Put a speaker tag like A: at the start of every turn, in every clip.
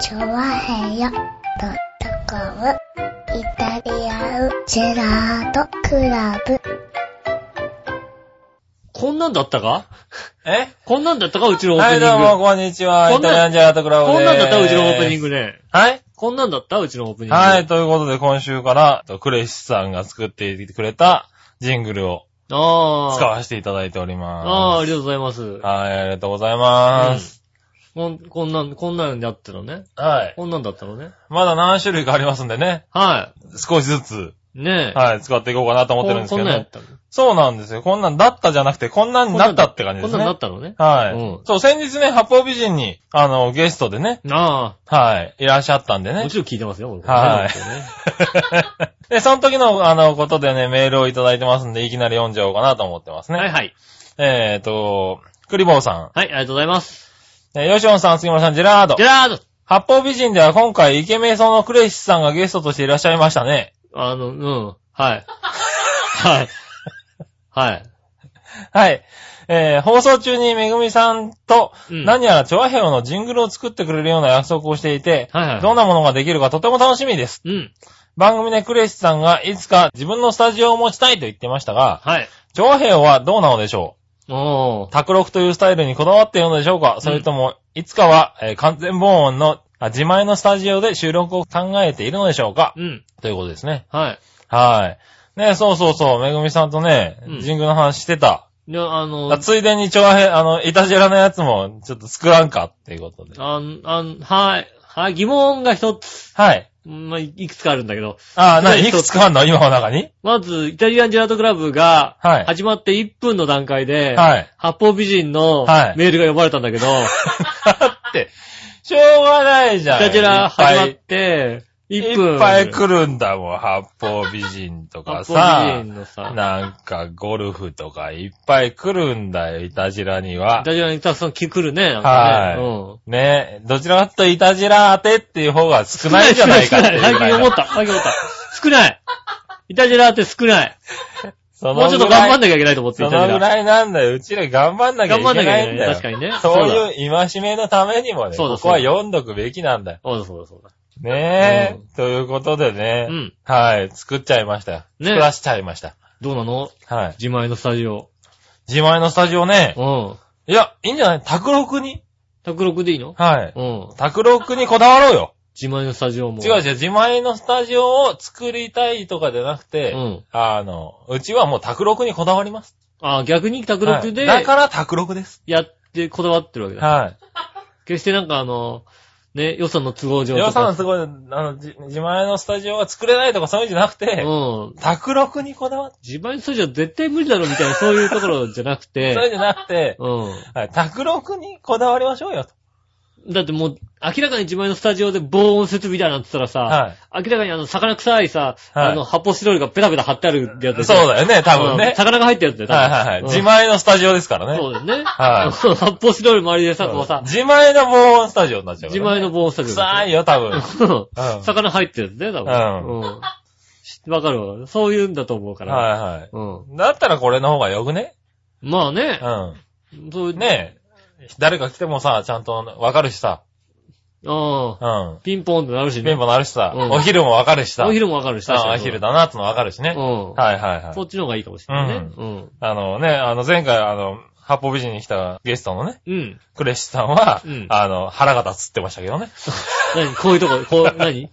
A: チョワヘヨドットコムイタリアンジェラートクラブ。
B: こんなんだったか
C: え
B: こんなんだったかうちのオープ
C: は
B: ニン
C: い、
B: グ。
C: どうも、こんにちは。
B: こ
C: イ
B: んな
C: タリアンジェラートクラブでーす。
B: こんなんだったうちのオープニングで。
C: はい
B: こんなんだったうちのオープニング。
C: はい、。ということで、今週から、とクレシさんが作ってくれたジングルを
B: ああ。
C: 使わせていただいており
B: ああ、
C: ま
B: ありがとうございます
C: す。。はい、ありがとうございます。
B: こん、こんなん、こんなんやってたのね。
C: はい。
B: こんなんだったのね。
C: まだ何種類かありますんでね、
B: は
C: 少しずつ、
B: い。ねえ。
C: はい、使っていこうかなと思ってるんです
B: こ
C: け
B: ん
C: ど
B: なんやっ
C: ね。
B: たの。こ
C: そうなんですよ。こんなんだったじゃなくて、こんなん
B: ん
C: に
B: な
C: なんったって感じで
B: こん
C: す
B: なんな
C: ね
B: っ。たのね。
C: は
B: う
C: い。そう、先日ね、八方美人に、あの、ゲストでね、
B: あ
C: はい、いらっしゃったんで
B: あ。も
C: ね。
B: ちろん聞いてますよ、僕
C: はい
B: ね
C: で、その時の、あの、ことでね、メールをいただいてますんで、いきなり読んじゃおうかなと思ってますね。
B: はいはい。
C: えーと、クリボーさ
B: はい、ありがとうございます。
C: ん、えー、ヨシオンさん、杉村さん、ジェラード
B: ジェ。ラード
C: 八方美人では今回、イケメン層のクレイシさんがゲストとしていらっしゃいましたね。
B: あの、うん。 はい。はい。はい。
C: はい。えー、放送中にめぐみさんと、
B: うん
C: 何やらチョアヘオのジングルを作ってくれるような約束をしていて、
B: はいはい。
C: どんなものができるかとても楽しみです。
B: うん。
C: 番組でクレイシさんがいつか自分のスタジオを持ちたいと言ってましたが、
B: はい。
C: チョアヘオはどうなのでしょう
B: おー。
C: 卓録というスタイルにこだわっているのでしょうかそれとも、いつかは、えー完全防音の、あ自前のスタジオで収録を考えているのでしょうか
B: うん。
C: ということですね。
B: はい。
C: はい。ね、そうそうそう、めぐみさんとね
B: うん、
C: ジングルの話してた。
B: いや、あの、
C: あついでに、ちょわへ、あの、いたじらのやつも、ちょっと作らんかっていうことで。
B: あん、あん、はい。はい、疑問が一つ、
C: はい。
B: まあ、いいくつかあるんだけど。
C: あー、な、
B: はい
C: いくつかあんの今の中に
B: まず、イタリアンジェラートクラブが、
C: はい
B: 始まって1分の段階で、
C: はい。
B: 八方美人の
C: はい
B: メールが呼ばれたんだけど、
C: だって、しょうがないじ
B: イ
C: ゃん。
B: タジェラ始ま
C: い
B: っ、
C: ってぱい
B: 1分。
C: いっぱい来るんだもん、八方美人とか
B: 八
C: さ。
B: 方美人のさ、
C: なんか、ゴルフとかいっぱい来るんだよ、いたじらに
B: イ
C: は。
B: タジェラにたくさん来るね、なんかね。
C: はい
B: うん。
C: ねどちらかというといたじら当てっていう方が少ないんじゃないかっていう
B: 少
C: ぐ
B: ない少ない最
C: らい
B: 近
C: の。
B: 思った。最近思った。少ない。イタジェラって少ない。
C: その
B: もうちょっと頑張ん
C: なき
B: なきゃいけないと思って、
C: そ
B: イタジ
C: の
B: ェ
C: ぐ
B: ラ。
C: らいなんだよ。うちら頑張んなきゃい
B: 頑
C: け
B: 張んなきゃ
C: ないい
B: け
C: ん
B: な
C: だ
B: い。
C: よ。
B: 確かにね。
C: そう
B: だ。
C: いう戒めのためにもね、
B: そうだ
C: ここは読んどくべきなんだよ。
B: そうだそうだそうだ。
C: ねえ、
B: う
C: ということでね、
B: うん
C: はい、作っちゃいましたよ。
B: ね
C: 作らしちゃいました。
B: どうなの
C: はい。
B: 自前のスタジオ。
C: 自前のスタジオね、
B: うん。
C: いや、いいんじゃない卓録に
B: 卓録でいいの
C: はい。
B: うん。
C: 卓録にこだわろうよ。
B: 自前のスタジオも。
C: 違う違う、自前のスタジオを作りたいとかじゃなくて、
B: うん。
C: あの、うちはもう卓録にこだわります。
B: ああ、逆に卓録で、
C: はいだから卓録です。
B: やってこだわってるわけだ。
C: は
B: 決してなんかあの、ね、予算の都合
C: い。
B: 上とか。
C: 皆さんすごい、あの、じ自前のスタジオが作れないとかそういうんじゃなくて、
B: うん。
C: 卓録にこだわって、
B: 自前のスタジオ絶対無理だろみたいな、そういうところじゃなく
C: そういうん
B: て、
C: じゃなくて、
B: う
C: はい卓録にこだわりましょうよと。
B: ん。だってもう、明らかに自前のスタジオで防音設備みたいなのって言ったらさ、
C: は
B: 明らかにあの、魚臭いさ、
C: はい
B: あの、発泡スチロールがペタペタ貼ってあるやつで
C: い。
B: しょ
C: そうだよね、多分
B: うん
C: ね。
B: 魚が入ったやつだよ、多分
C: はいはいはい。
B: うん
C: 自前のスタジオですからね。
B: そうだよね。
C: はい
B: 発泡スチロール周りでさ、こうさ、
C: 自前の防音スタジオになっちゃうか
B: 自
C: らね、
B: 前の防音スタジオだ
C: 臭
B: よ。
C: いよ、多分。
B: うん
C: うん
B: 魚入ってるんだよ、多分。うん。知ってわかるわ。そういうんだと思うから。
C: はいはい。
B: うん。
C: だったらこれの方がよくね
B: まあね。
C: うん。
B: そういう。
C: ねえ、誰か来てもさ、ちゃんとわかるしさ、
B: うん。
C: うん。
B: ピンポンってなるし
C: メ
B: ね
C: ン。バーなるしさ、
B: うん
C: お昼もわかるしさ、
B: お昼もわかるし、
C: ああお昼だなってのわかるし
B: う
C: ね。
B: ん。
C: はいはいは
B: そ
C: い。
B: っちの方がいいかもしれないね。うん。
C: あのね、あの前回あの、八方美人に来たゲストのね、
B: うん。
C: クレッシュさんは、
B: うん
C: あの、腹が立つってましたけどね。
B: 何こういうとこ、こ う、何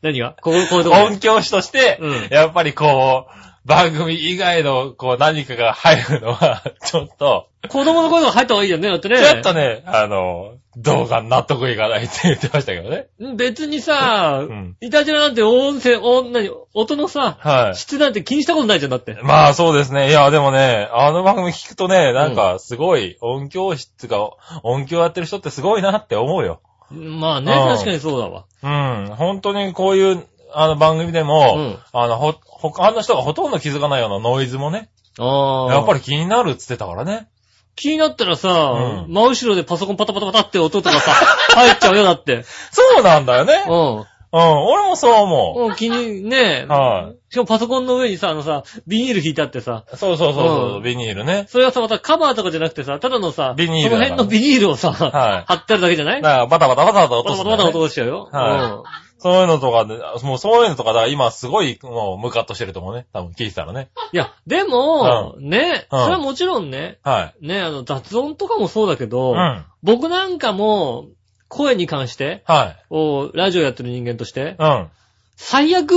B: 何がこう、こういうとこ。
C: 音響師として、
B: うん
C: やっぱりこう、番組以外のこう何かが入るのは、 ちょっと、
B: 子供の声が入った方がいいよね、だってね。
C: ちょっとね、あの、動画納得いかないって言ってましたけどね。
B: 別にさ
C: うん、
B: イタジラなんて音声、音、何、音のさ、
C: はい。
B: 質なんて気にしたことないじゃん、だって。
C: まあそうですね。いや、でもね、あの番組聞くとね、なんかすごい音響室っていうか、音響やってる人ってすごいなって思うよ。
B: まあね、
C: うん
B: 確かにそうだわ。
C: うん。本当にこういう、あの番組でも、
B: うん
C: あの、ほ、他の人がほとんど気づかないようなノイズもね、
B: ああ。
C: やっぱ
B: り。
C: り気になるっつってたからね。
B: 気になったらさ、
C: うん
B: 真後ろでパソコンパタパタパタって音とかさ、入っちゃうよ、だって。
C: そうなんだよね。
B: う
C: うん、俺もそう思
B: もう気に、ねえ
C: う。。はい。
B: しかもパソコンの上にさ、あのさ、ビニール引いてあってさ、
C: そうそうそうそう、
B: うん
C: ビニールね。
B: それはさ、またカバーとかじゃなくてさ、ただのさ、
C: ビニール
B: こ
C: だ
B: の
C: か
B: 辺
C: ら
B: のビニールをさ、
C: はい
B: 貼ってあるだけじゃな
C: だ
B: い
C: からバタバタバタバタ落と
B: ま
C: す
B: だ
C: んだ
B: ま
C: よね、
B: だ落としちゃうよ。
C: はそういうのとかで、もうそういうのとかだ、今すごい、もうムカッとしてると思うね。多分聞いてたらね。
B: うん。いや、でも、ね、
C: う
B: そ
C: ん
B: れはもちろんね、
C: はい。
B: ね、あの、雑音とかもそうだけ
C: う
B: ど
C: ん。、は
B: 僕なんかも、声に関して、
C: い。
B: おラジオやってる人間として、
C: うん。
B: 最悪、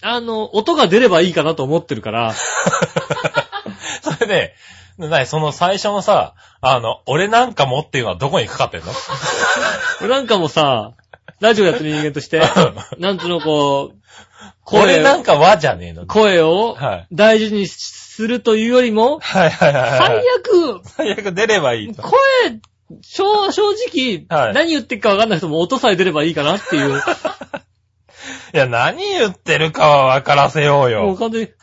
B: あの、音が出ればいいかなと思ってるから、
C: それで、なに、その最初のさ、あの、俺なんかもっていうのはどこにかかって んの
B: 俺なんかもさ、ラジオやってる人間と して、なんつうのこう、声
C: 俺な
B: を
C: ん、かはじゃねえの。
B: 声を
C: はい
B: 大事にするというよりも、
C: はいはいはい
B: 最
C: はい。
B: 悪、
C: 最悪出ればいいと。
B: 声、正正直、
C: はい
B: 何言ってるか分かんない人も音さえ出ればいいかなっていう、
C: いや、何言ってるかは分からせよう
B: もう
C: よ。
B: 完全に、 って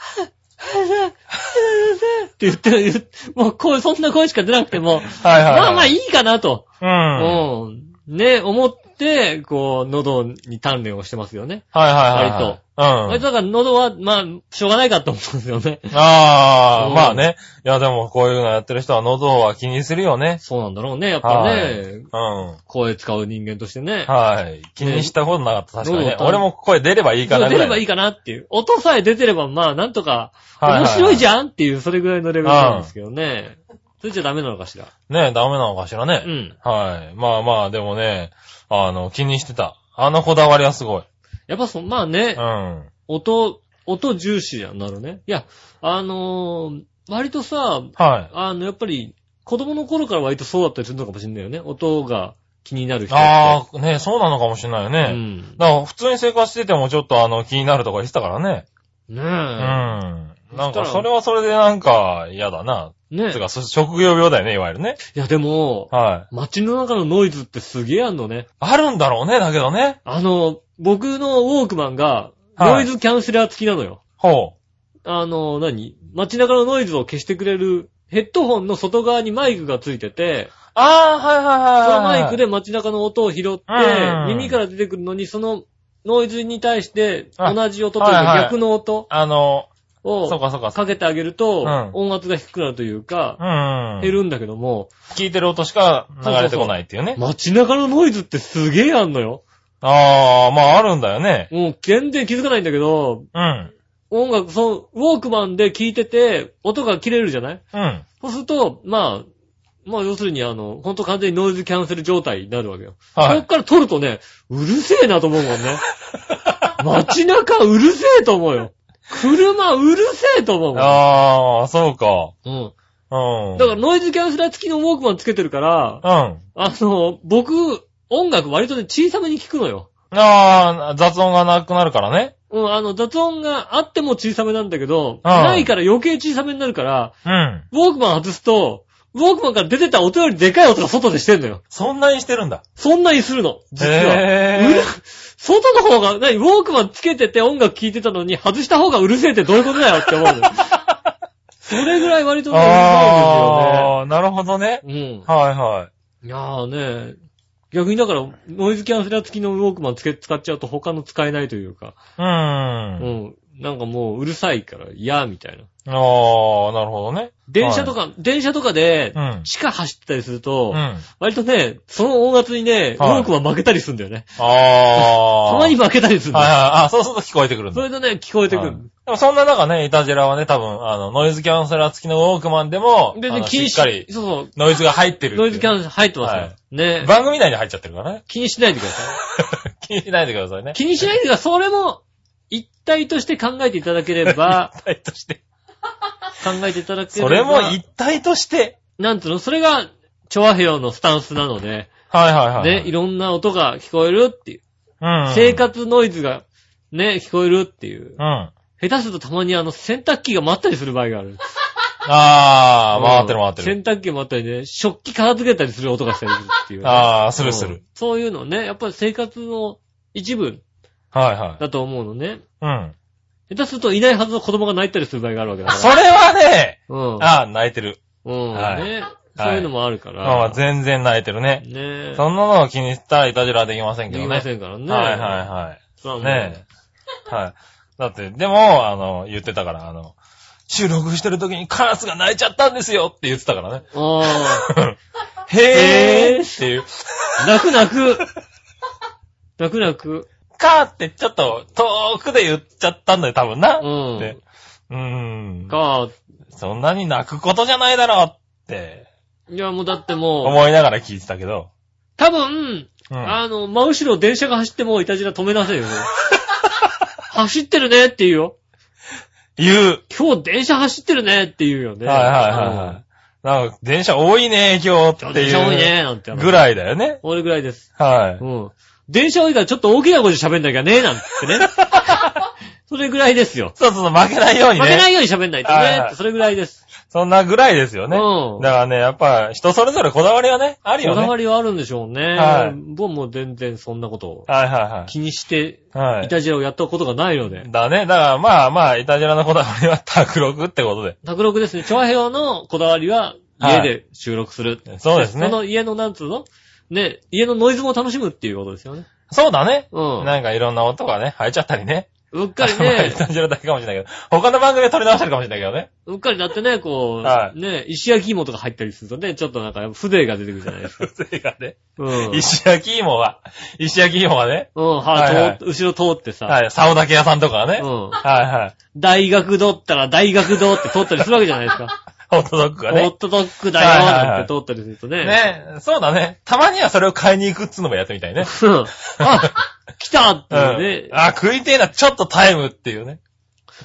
B: 言ってる、言うもう声、そんな声しか出なくても、
C: はいはいはい。
B: まあまあいいかなと、
C: うん。
B: うん、ね、思って、こう、喉に鍛錬をしてますよね。
C: はいはいはいはい。
B: あいつだから喉は、まあ、しょうがないかと思うんですよね。
C: うん。ああ、
B: うん
C: まあね。いや、でもこういうのやってる人は喉は気にするよね。
B: そうなんだろうね、やっぱね。
C: うん。
B: 声使う人間としてね。
C: はい。気にしたことなかった、確かにね。
B: 喉を
C: 俺も声出ればいいか
B: そ
C: な
B: う
C: ぐ
B: 出
C: ら
B: れ
C: い。
B: ばいいかなっていう。音さえ出てれば、まあ、なんとか、
C: はいはい
B: 面
C: はい
B: 白いじゃんっていう、それぐらいのレベルなんですけどね。それじゃダメなのかしら。
C: ねえ、ダメなのかしらね。
B: うん
C: はい。まあまあ、でもね、あの、気にしてた。あのこだわりはすごい。
B: やっぱそ、まあ
C: う
B: ね
C: ん。、は
B: 音、音重視やんなるね。いや、あのー割とさ、
C: い。あ
B: あの、やっぱり、子供の頃から割とそうだったりするのかもしれないよね。音が気になる人って。
C: あー、ねそうなのかもしれないよ
B: う
C: ね。
B: ん。
C: だから普通に生活しててもちょっとあの気になるとか言ってたからね。
B: ね
C: う
B: え。
C: ん。
B: うん
C: なんかそれはそれでなんか嫌だな。
B: ね
C: つうか、そ職業病だよね、いわゆるね。
B: いや、でも、
C: はい。
B: 街の中のノイズってすげえあんのね。
C: あるんだろうね、だけどね。
B: あの、僕のウォークマンが、
C: はい
B: ノイズキャンセラー付きなのよ。
C: ほ
B: あの、何街中のノイズを消してくれる、ヘッドホンの外側にマイクが付いてて、
C: う。ああ、はい
B: その
C: はいはいはい。
B: マイクで街中の音を拾って
C: うん、
B: 耳から出てくるのに、そのノイズに対して、
C: あ
B: 同じ音という
C: はい
B: か
C: はい
B: 逆の音
C: あの、
B: を
C: そうかそうか。
B: かけてあげると
C: うん、
B: 音圧が低くなるというか、
C: うん。
B: 減るんだけども、
C: 聞いてる音しか流れてこないっていうね。
B: 街中のノイズってすげえあんのよ。
C: ああ、まああるんだよね。
B: もう全然気づかないんだけど、
C: うん。
B: 音楽、その、ウォークマンで聞いてて、音が切れるじゃない
C: うん。
B: そうすると、まあ、まあ要するにあの、ほんと完全にノイズキャンセル状態になるわけよ。
C: は
B: そっから撮るとね、うるせえなと思うもん ね。街中うるせえと思うよ。車うるせえと思う
C: い。
B: も
C: ああ、そうか。
B: ん。
C: う。
B: うんん。だからノイズキャンセラー付きのウォークマンつけてるから、
C: ら、うん。
B: あの、僕、音楽割とね、小さめに聞くのよ。
C: ああ、雑音がなくなるからね。
B: うん、あの、雑音があっても小さめなんだけど、
C: うん
B: ないから余計小さめになるから、
C: うん。
B: ウォークマン外すと、ウォークマンから出てた音よりでかい音が外でしてんのよ。
C: そんなにしてるんだ。
B: そんなにするの。実は。
C: へ
B: うる
C: え。
B: 外の方が、何ウォークマンつけてて音楽聴いてたのに外した方がうるせえってどういうことだよって思う の。それぐらい割とねうるさ
C: ああ、なるほどね
B: い。んですよね。
C: はいはい。
B: うん。いやーね、逆にだから、ノイズキャンセラー付きのウォークマンつけ、使っちゃうと他の使えないというか、
C: うー。
B: うんん。なんかもううるさいから嫌みたいな。
C: ああ、なるほどね。
B: 電車とか、電車とかで
C: う、ん。
B: 地下走ってたりすると、
C: うん。
B: 割とね、その音圧にね、ウ
C: は
B: ォ
C: い
B: ークマン負けたりするんだよね。
C: ああ。
B: たまに負けたりするん
C: はい
B: だ
C: は
B: よ。
C: い。あそうすると聞こえてくるんだ
B: そ。れでね、聞こえてく
C: はい
B: る。
C: でもそんな中ね、イタジェラはね、多分、あの、ノイズキャンセラー付きのウォークマンでも、
B: で
C: あ
B: ね、
C: の
B: 気に
C: し
B: し
C: っかり
B: そう
C: ノイズが入って
B: そ
C: る
B: う、ノ
C: っていう
B: イズキャンセル入ってますよ。
C: はい
B: ね。
C: 番組内に入っちゃってるからね。
B: 気にしないでくださ
C: 気にしないでくださいね
B: い。。気にしないでください。それも、一体として考えていただけれ ば、
C: 一体として。
B: 考えていただけれ
C: そ
B: ば。
C: れも一体として。
B: なんつうの、それが、調和平和のスタンスなので、
C: はいはいはい。
B: ね、いろんな音が聞こえるっていう。
C: うん。
B: 生。活ノイズが、ね、聞こえるっていう。
C: うん。あ
B: 下手するとたまにあの、洗濯機が回ったりする場合がある。
C: あー、回ってる回って
B: 洗
C: る。
B: 濯機もあったりね、食器片付けたりする音がしたりするっていう、
C: ああ、
B: う
C: す
B: ん
C: るする。。
B: そういうのね、やっぱり生活の一部
C: はいはい。
B: だと思うのね。
C: うん。
B: 下手するといないはずの子供が泣いたりする場合があるわけだ
C: そ
B: から。
C: れはね、
B: うん。
C: ああ、泣いてる。
B: うん、
C: はい
B: ね。
C: はい
B: そういうのもあるから。
C: まあまあ全然泣いてるね。
B: ねえ。
C: そんなのは気にしたらイタジェラはできませんけ
B: で
C: ど
B: き
C: ね。
B: ませんからね。
C: はいはいはい。
B: そう
C: ねえ。はい。だって、でも、あの、言ってたから、あの、収録してる時にカラスが泣いちゃったんですよって言ってたからね。
B: え。あ
C: へ
B: へ
C: ー
B: ー
C: っていう。
B: あ。泣く泣 く。泣く泣く。
C: かーってちょっと遠くで言っちゃったんだよ、多分な。
B: うん
C: でうーん。
B: か、
C: そんなに泣くことじゃないだろうって
B: いやもうだってもう、
C: 思いながら聞いてたけど。
B: 多分、
C: うん。
B: あの、真後ろ電車が走ってもいたじら止めなさいよ。もう 走ってるねって言うよ。
C: 言う。
B: 今日電車走ってるねって言うよね。
C: はいはいはいはい。なんか、電車多いね、今日
B: うん。今日
C: って
B: 電車多いね
C: いう
B: なんて。
C: ぐ
B: い。
C: らいだよね。
B: 俺ぐらいです。
C: は
B: うん。電車多いからちょっと大きな声で喋んなきゃねなんて ね。それぐらいですよ
C: い。。そうそうそう、負けないように
B: 負けな
C: ね。
B: いように喋んないと
C: はい
B: ね
C: は。い
B: それぐらいです。
C: そんなぐらいですよね。
B: うん
C: だからね、やっぱ、人それぞれこだわりはね、あるよ
B: こだ
C: ね。は
B: わ
C: い
B: りはあるんでしょうね。
C: はい
B: 僕も全然そんなことを
C: はいは
B: 気にして、
C: い。はいい。
B: たじらをやったことがないので。
C: だね。だから、まあまあ、いたじらのこだわりは 卓録ってことで。
B: 卓録ですね。調和平のこだわりは家で収録する。
C: そうですね
B: そ。の家のなんつうのね、家のノイズも楽しむっていうことですよね。
C: そうだね。
B: うん
C: なんかいろんな音がね、入っちゃったりね。
B: うっかり
C: まあ
B: ね、
C: いたじらだけかもしれないけど。他の番組で撮り直してるかもしれないけど ね。
B: うっかりだってね、こう、
C: はい
B: ね、石焼き芋とか入ったりするとね、ちょっとなんか風情が出てくるじゃない ですか。
C: それがね。
B: うん。
C: 石焼き芋は、石焼き芋はね。
B: うん、は
C: はいはい
B: 通後ろ通ってさ、
C: はい。竿だけ屋さんとかはね。
B: う
C: はい
B: ん。
C: はい。
B: 大学堂ったら大学堂って通ったりするわけじゃないですか。
C: ホットドッグが
B: ホ
C: ね
B: ッ。トドッグだよなんて通ったりするとね。
C: ね。そうだね。たまにはそれを買いに行くっつうのもやってみたいね。
B: うん。あ、来たっていうね。
C: うん。あ、食いてえな、ちょっとタイムっていうね。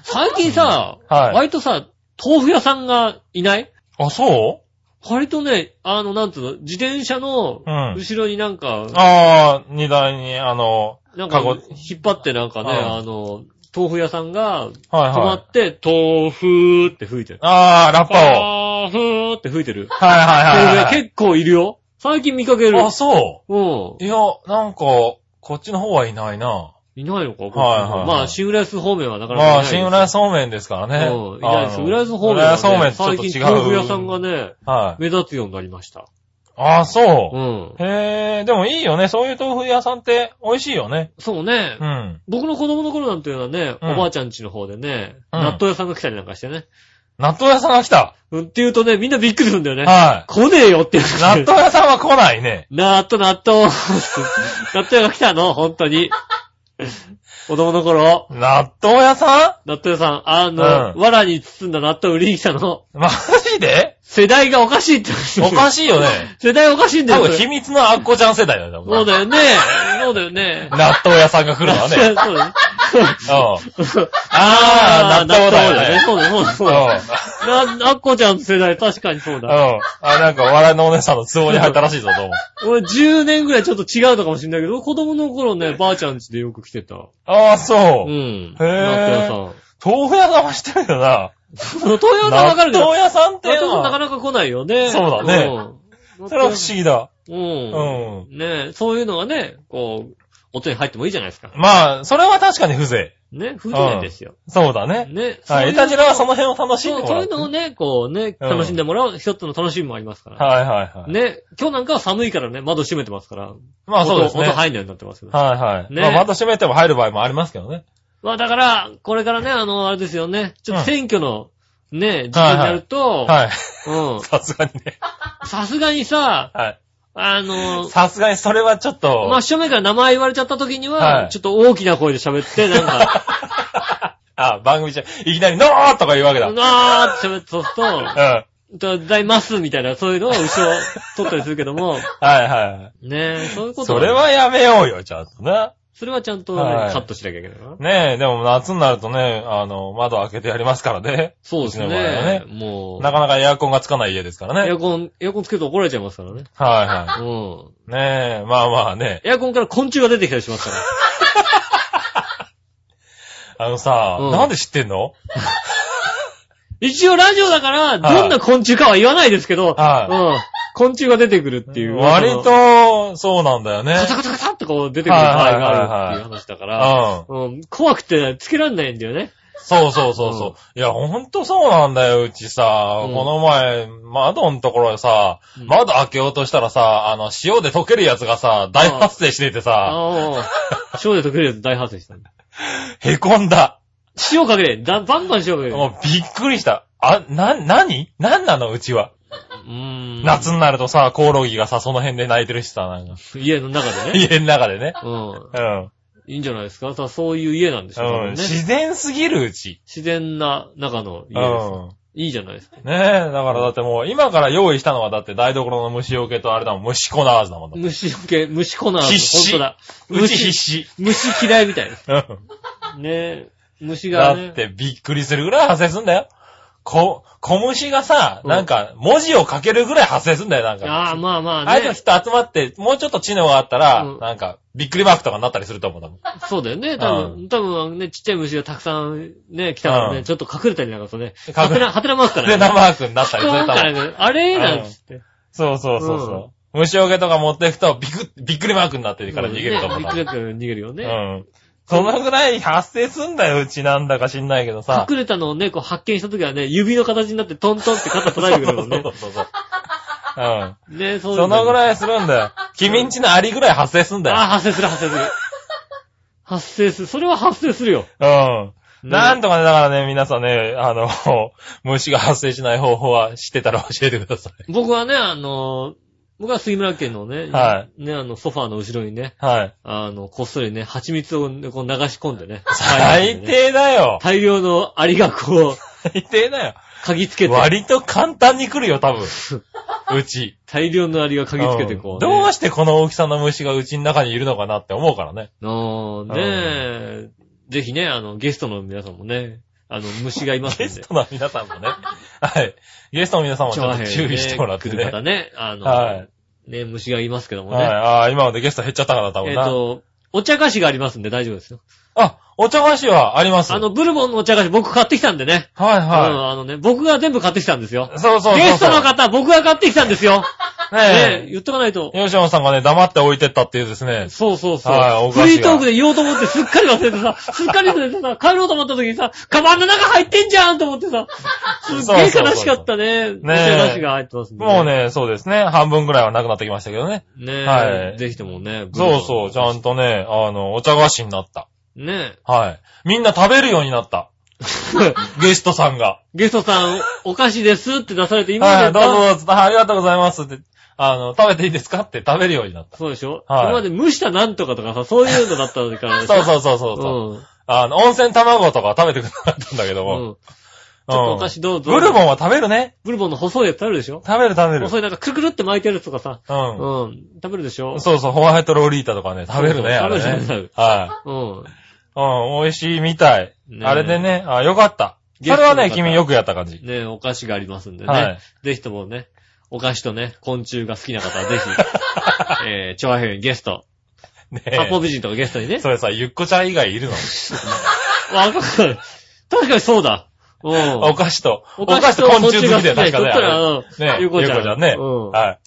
B: 最近さ、
C: うんはい
B: 割とさ、豆腐屋さんがいない
C: あ、そう
B: 割とね、あの、なんつうの、自転車の
C: うん
B: 後ろになんか、
C: ああ、荷台に、あの、
B: なんか
C: カゴ
B: 引っ張ってなんかね、
C: うん
B: あの、豆腐屋さんが
C: はい
B: 止ま
C: はい。
B: って、豆腐って吹いてる。
C: ああ、ラッパ
B: 豆
C: を。
B: 腐って吹いてる。
C: はいはいは
B: 豆
C: いはい
B: 腐屋
C: はい。
B: 結構いるよ。最近見かける。
C: あ、そ
B: うん
C: う。。いや、なんか、こっちの方はいないな。
B: いないのかこっち
C: はいはいはい
B: まあ、新浦安方面はなかなかいない
C: まあ、
B: ですよ。
C: 新浦安そうめんですからね。
B: うん、いないです。
C: あの
B: 浦安方面
C: 浦安そう
B: は
C: め
B: ね、
C: んちょっ
B: 最
C: と違
B: 近
C: う。
B: 豆腐屋さんがね、
C: はい。
B: 目立つようになりました。
C: ああ、そう
B: ん。
C: う。へえ、でもいいよね。そういう豆腐屋さんって美味しいよね。
B: そうね。
C: うん。
B: 僕の子供の頃なんていうのはね、
C: うん
B: おばあちゃん家の方でね、
C: うん
B: 納豆屋さんが来たりなんかしてね。
C: 納豆屋さんが来た。
B: うん、って言うとね、みんなびっくりするんだよね。
C: は
B: 来ねえよって言う
C: い。納豆屋さんは来な いね。
B: 納豆、納豆。納豆屋が来たの本当に。子供の頃、
C: 納豆屋さ
B: 納豆屋さん、あの、
C: うん
B: 藁に包んだ納豆売りに来たの。
C: んマ ジで
B: 世代がおかしいって話
C: おか
B: い。
C: しい よね。
B: 世代おかしいんだ
C: 多
B: よ。そ
C: 分
B: れ
C: 秘密のアッコちゃん世代だよね。多分
B: そうだよね。そうだよね。
C: 納豆屋さんが来るのは
B: そ
C: ね。
B: うだね。
C: うん。
B: あ
C: あー納豆だよね
B: そうだよね。そうだよ、そうだよ。な、あっこちゃん世代、確かにそう
C: う
B: だ。
C: ん。あ、なんか笑いのお姉さんの都合に入ったらしいぞ、どうも。
B: 俺10年ぐらいちょっと違うのかもしれないけど、子供の頃ね、ばあちゃん家でよく来てた。
C: ああ、
B: う
C: そう。
B: ん。
C: へー
B: 納豆屋
C: 豆腐屋さんは知ってるよな。
B: さん。東洋さんわ
C: 納
B: かるけど、
C: 豆屋さんって
B: 納
C: いう
B: 豆
C: の
B: さんなか
C: は、
B: なか来ないよね。
C: そうだね
B: うん。
C: それは不思議だ。
B: うん。うん。ねそういうのがね、こう、音に入ってもいいじゃないですか。
C: まあ、それは確かに風情。
B: ね、風情ですよ。
C: そうだね。
B: ね。
C: はい。エタジラはその辺を楽しん
B: そ
C: で
B: う、
C: も
B: そう
C: ら。
B: いううのをね、こうね、
C: うん
B: 楽しんでもらう一つの楽しみもありますから。
C: はいはいはい。
B: ね、今日なんかは寒いからね、窓閉めてますから。
C: まあそうですね。
B: 音音
C: は
B: 入
C: い
B: んないようになってますけど。
C: はい。
B: ね
C: まあ窓閉めても入る場合もありますけどね。
B: まあだから、これからね、あの、あれですよね、ちょっと
C: う
B: 選挙の、ね、時期になると、
C: はい。
B: うん。
C: さすがにね。
B: さすがにさ、
C: はい。
B: あの、
C: さすがにそれはちょっと。
B: 真正面から名前言われちゃった時に
C: は
B: は、
C: い
B: ちょっと大きな声で喋って、なんか、
C: あ、番組じゃ、 いきなり、ノーとか言うわけだ。
B: う
C: うん。
B: なーって喋ってそうすると
C: はい
B: と、だいますみたいな、そういうのを後ろ取ったりするけども、
C: は
B: ねそういうこ
C: い。
B: と
C: それ、はやめようよ、ちゃんとね。
B: それはちゃんと
C: は
B: ね
C: い
B: カットしなきゃいけないな。
C: ねえ、でも夏になるとね、あの、窓開けてやりますからね。
B: そうです
C: うちの場合は
B: ね
C: ね。
B: もう、
C: なかなかエアコンがつかない家ですから
B: エ
C: ね。
B: アコン、エアコンつけると怒られちゃいますからね。
C: はいは
B: うん。
C: い。ねえ、まあまあね。
B: エアコンから昆虫が出てきたりし ますから。
C: あのさ、
B: うん
C: なんで知ってんの
B: 一応ラジオだから、どんな昆虫かは言わないですけど、
C: は
B: うん。昆虫が出てくるっていう。
C: 割
B: あの、
C: と、そうなんだよね。
B: カタカタカタってこう出てくる場合があるっていう話だから、うん。怖くてつけらんないんだよね。
C: そうそうそうそう、いや、ほんとそうなんだよ、うちさ。
B: うん
C: この前、窓のところでさ、
B: うん
C: 窓開けようとしたらさ、あの、塩で溶けるやつがさ、大発生しててさ、
B: ああ。塩で溶けるやつ大発生したんだ。
C: へこんだ。
B: 塩かけて、だバンバン塩かけて。う
C: もうびっくりした。あ、な、なになんなのうちは。
B: ーん。
C: 夏になるとさ、コオロギがさ、その辺で泣いてるしさ、なんか。
B: 家の中 でね。
C: 家の中でね。
B: うん。
C: うん。
B: いいんじゃないですかさそういう家なんでしょう
C: うん。
B: ね。
C: 自然すぎるうち。
B: 自然な中の
C: う
B: 家です。
C: ん。
B: いいじゃないですか。
C: ねえ、だからだってもう、今から用意したのはだって台所の虫除けとあれだもん、虫粉味だもんだって。
B: 虫除け、虫コナー
C: 必死
B: 本当だ。
C: うち必
B: 虫、
C: 死。
B: 虫嫌いみたいな。
C: うん。
B: ねえ。虫が
C: だっ
B: ね。
C: てびっくりするぐらい発生すんだよ。こ、小虫がさ、
B: うん
C: なんか、文字を書けるぐらい発生すんだよ、なんか。
B: ああ、まあま
C: あ
B: あ
C: いつの
B: ね。
C: 人集まって、もうちょっと知能があったら、
B: うん
C: なんか、びっくりマークとかになったりすると思うんだもん。
B: そうだよね。多分、多分ね、ちっちゃい虫がたくさんね、来たから
C: う
B: ね、
C: ん
B: ちょっと隠れたりなんかするね。
C: 隠れ
B: はてな、はてなマークか
C: で、
B: らね。
C: マークになったり
B: そうなん
C: すると思
B: か
C: う。
B: ね、あれなんつって。
C: そうそうそうそう。虫除けとか持っていくと、びく、びっくりマークになってるから逃げると思う
B: うんん
C: だ
B: ね
C: もん。
B: びっくりだって逃げるよね。
C: うん。そのぐらい発生すんだよ、うちなんだか知んないけどさ。
B: 隠れたのをね、こう発見した時はね、指の形になってトントンって肩叩いてくるもんね。
C: そうそうそうそう。うん。
B: ね、そういう
C: そのぐ
B: い。
C: らいするんだ よ。君んちのアリぐらい発生すんだ
B: あ
C: よ。
B: あ、発生する、発生 する。発生する。それは発生するよ。
C: う
B: ね
C: ん。なんとかね、だからね、皆さんね、あの、 虫が発生しない方法は知ってたら教えてください。
B: 僕はね、あの、僕は杉村家のね、
C: は
B: ね、あの、ソファーの後ろにね、
C: はい。
B: あの、こっそりね、蜂蜜をねこう流し込んでね。
C: 最低だよ。
B: 大量のアリがこう、
C: 最低だよ。
B: 嗅ぎつけて、
C: 割と簡単に来るよ、多分。うち。
B: 大量のアリが嗅ぎつけて
C: う
B: こう、
C: ん
B: ね。
C: どうしてこの大きさの虫がうちの中にいるのかなって思うか らね。
B: のねえ、ぜひね、あの、ゲストの皆さんもね、あの、虫がいますん
C: ゲ
B: で。
C: ストの皆さんもね。はい。ゲストの皆さんもちょっと注意してもらって
B: 来る
C: ね。
B: 方ね、あの、
C: はい。
B: ね、虫がいますけども
C: はい。
B: ね。
C: ああ、今までゲスト減っちゃったから多
B: え
C: 分
B: っ、
C: な。
B: と、お茶菓子がありますんで大丈夫ですよ。
C: あ、お茶菓子はあります。
B: あ
C: はい
B: の、ブルボンのお茶菓子僕買ってきたんでね。うん
C: は
B: あのね、僕が全部買ってきたんですよ。
C: い。そうそうそうそう。
B: ゲストの方、僕が買ってきたんですよ。ね
C: ね
B: 言っとかないと。
C: え。吉野さんがね、黙って置いてったっていうですね。
B: そうそうそう。
C: はいお菓子
B: フ
C: が
B: リートークで言おうと思ってすっかり忘れて さ、すっかり忘れてさ、帰ろうと思った時にさ、カバンの中入ってんじゃんと思ってさ、すっげえ悲しかったね。お
C: ね
B: 茶
C: え
B: 菓子が入ってますんで
C: もう。ね、そうですね。半分ぐらいはなくなってきましたけどね。
B: ねえ、
C: はい
B: ぜひともね。
C: そうそう、ちゃんとね、あの、お茶菓子になった。
B: う。ね
C: はい。みんな食べるようになった。
B: え。
C: ゲストさんが。
B: ゲストさん、お菓子ですって出されて、今ま
C: は
B: で
C: い、どうぞどうぞ、ありがとうございますって、あの、食べていいですかって食べるようになった。
B: そうでしょ、
C: はい
B: 今まで蒸したなんとかとかさ、そういうのだったからね。
C: そうそうそう そうそう。
B: うん。
C: あの、温泉卵とか食べてくれなかったんだけど
B: う
C: も。
B: ん。ちょっとお菓
C: うん
B: 子どうぞ。
C: ブルボンは食べるね。
B: ブルボンの細いやつ食べるでしょ
C: 食べる食べる。
B: 細いなんかくるくるって巻いてるやつとかさ。
C: う
B: うん。食べるでしょ
C: ん。そうそう、ホワイトロリータとかね、食べるね、
B: そ
C: あ
B: うそう
C: れ
B: 食べる食べ
C: ね
B: る。
C: は
B: うん。
C: い。うん、美味しいみたい
B: ね。え
C: あれでね、あ、よかった。それはね、
B: ゲストの方
C: 君よくやった感じ。
B: ねえお菓子がありますんでね。
C: はい
B: ぜひともね、お菓子とね、昆虫が好きな方は ぜひ、えー、調和平にゲスト、
C: ね
B: 八方
C: え。
B: 美人とかゲストにね。
C: それさ、ゆっこちゃん以外いるの
B: わかる。確かにそうだ。うん。
C: お菓子と、お菓子と昆虫好きだよ、確か
B: だ
C: ね
B: った
C: あ
B: ら、
C: れ。
B: うん
C: ねえ、
B: ゆ
C: ゆ
B: う
C: っ
B: こ
C: こ
B: ち
C: ち
B: ゃん。
C: ゃんね。
B: うん。
C: はい。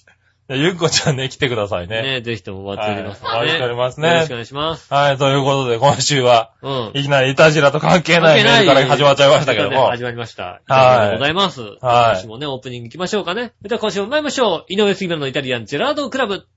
C: でゆっこちゃんね、来てくださいね。
B: ねえ、ぜひともお待ちしておりますんでね。
C: はいよろしくお願いしますね
B: よろしくお願いします。
C: はい、ということで、今週は、
B: うん。
C: いきなりいたじらと関係ないメールから始まっちゃいましたけども。
B: 始まりました。あ
C: はい
B: りがとうございます。
C: はい
B: 今週もね、オープニング行きましょうかね。それでは今週も参りましょう。井上杉村のイタリアンジェラードクラブ。